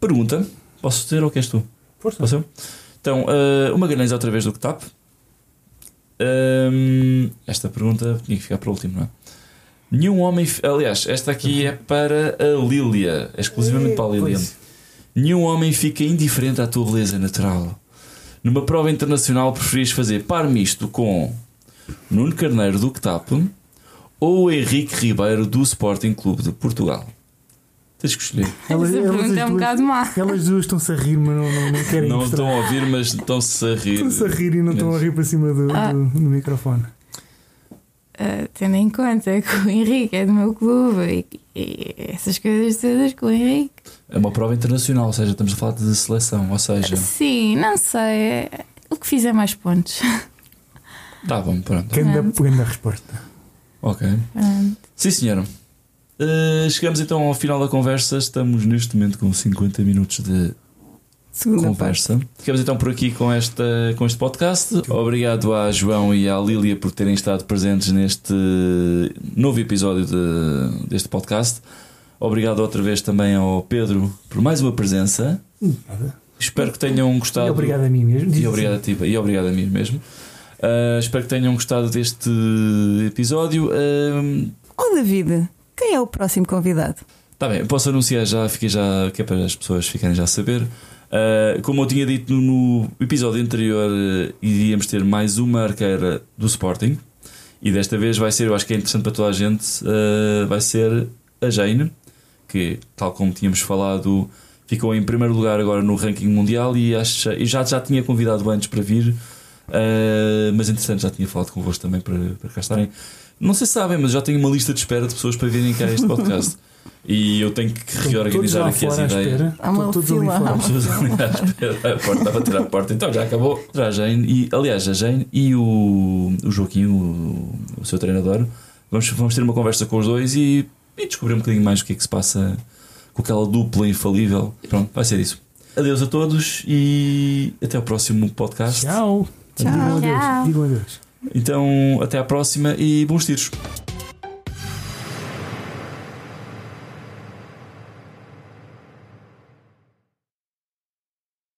S1: pergunta. Posso ter ou queres tu?
S2: Força.
S1: Posso eu? Então, eh, uma ganhei outra vez do que TAP. Ehm, esta pergunta tinha que ficar para o último, não é? Nenhum homem. fi- Aliás, esta aqui é para a Lília, é exclusivamente para a Lília.
S2: Eh, Pois.
S1: Nenhum homem fica indiferente à tua beleza natural. Numa prova internacional, preferias fazer par misto com Nuno Carneiro do CTAP ou Henrique Ribeiro do Sporting Clube de Portugal? Tens que escolher.
S2: Elas-
S4: Essa
S2: elas
S4: pergunta
S2: as
S4: é um
S2: duas-
S4: bocado má.
S2: Elas duas estão-se a rir, mas não, não, não querem
S1: Não
S2: mostrar.
S1: estão a ouvir, mas estão-se a rir.
S2: Estão-se a rir e não estão a rir para cima do,
S4: Ah.
S2: do- do microfone.
S4: Ah, tendo em conta que o Henrique é do meu clube e, e essas coisas todas com o Henrique.
S1: É uma prova internacional, ou seja, estamos a falar de seleção, ou seja,
S4: Sim, não sei. O que fizer é mais pontos.
S1: tá bom, pronto.
S2: Quem dá,
S4: Pronto.
S2: quem dá a resposta?
S1: Ok.
S4: Pronto.
S1: Sim, senhora. Eh, chegamos então ao final da conversa. Estamos neste momento com 50 minutos de
S3: Segunda parte.
S1: conversa. Ficamos então por aqui com, esta, com este podcast. Obrigado a João e à Lília por terem estado presentes neste novo episódio de- deste podcast. Obrigado outra vez também ao Pedro por mais uma presença.
S2: Hum, Nada.
S1: Espero que tenham gostado.
S2: E obrigado a mim mesmo.
S1: Tá, E obrigado a ti, e obrigado a mim mesmo. Ah, espero que tenham gostado deste episódio. Está
S3: Ó David, quem é o próximo convidado?
S1: tá bem, posso anunciar já, fiquei já, que é para as pessoas ficarem já a saber. Ah, como eu tinha dito no, no episódio anterior, eh, iríamos ter mais uma arqueira do Sporting. E desta vez vai ser, eu acho que é interessante para toda a gente, ah, vai ser a Jane, que, tal como tínhamos falado, ficou em primeiro lugar agora no ranking mundial e acha, e já, já tinha convidado antes para vir, ah, mas entretanto já tinha falado convosco também para, para cá estarem. Não sei se sabem, mas já tenho uma lista de espera de pessoas para virem cá a este
S2: [laughs]
S1: podcast. E eu tenho que
S2: Estão todos
S1: reorganizar
S2: lá
S1: aqui as
S2: fora à
S1: ideias.
S2: espera.
S3: Há uma
S2: Estão todos ali
S3: fila.
S2: fora.
S1: Há pessoas ali à espera, a [laughs] porta, a bater à porta. Então já acabou. Já a Jane e, aliás, a Jane e o, o Joaquim, o, o seu treinador, vamos, vamos ter uma conversa com os dois e, e descobrir um bocadinho mais o que é que se passa com aquela dupla infalível. Pronto, vai ser isso. Adeus a todos e até ao próximo podcast.
S2: Tchau.
S3: Tchau.
S2: Digam adeus.
S4: Tchau.
S2: Digam adeus.
S1: Então, até à próxima e bons tiros.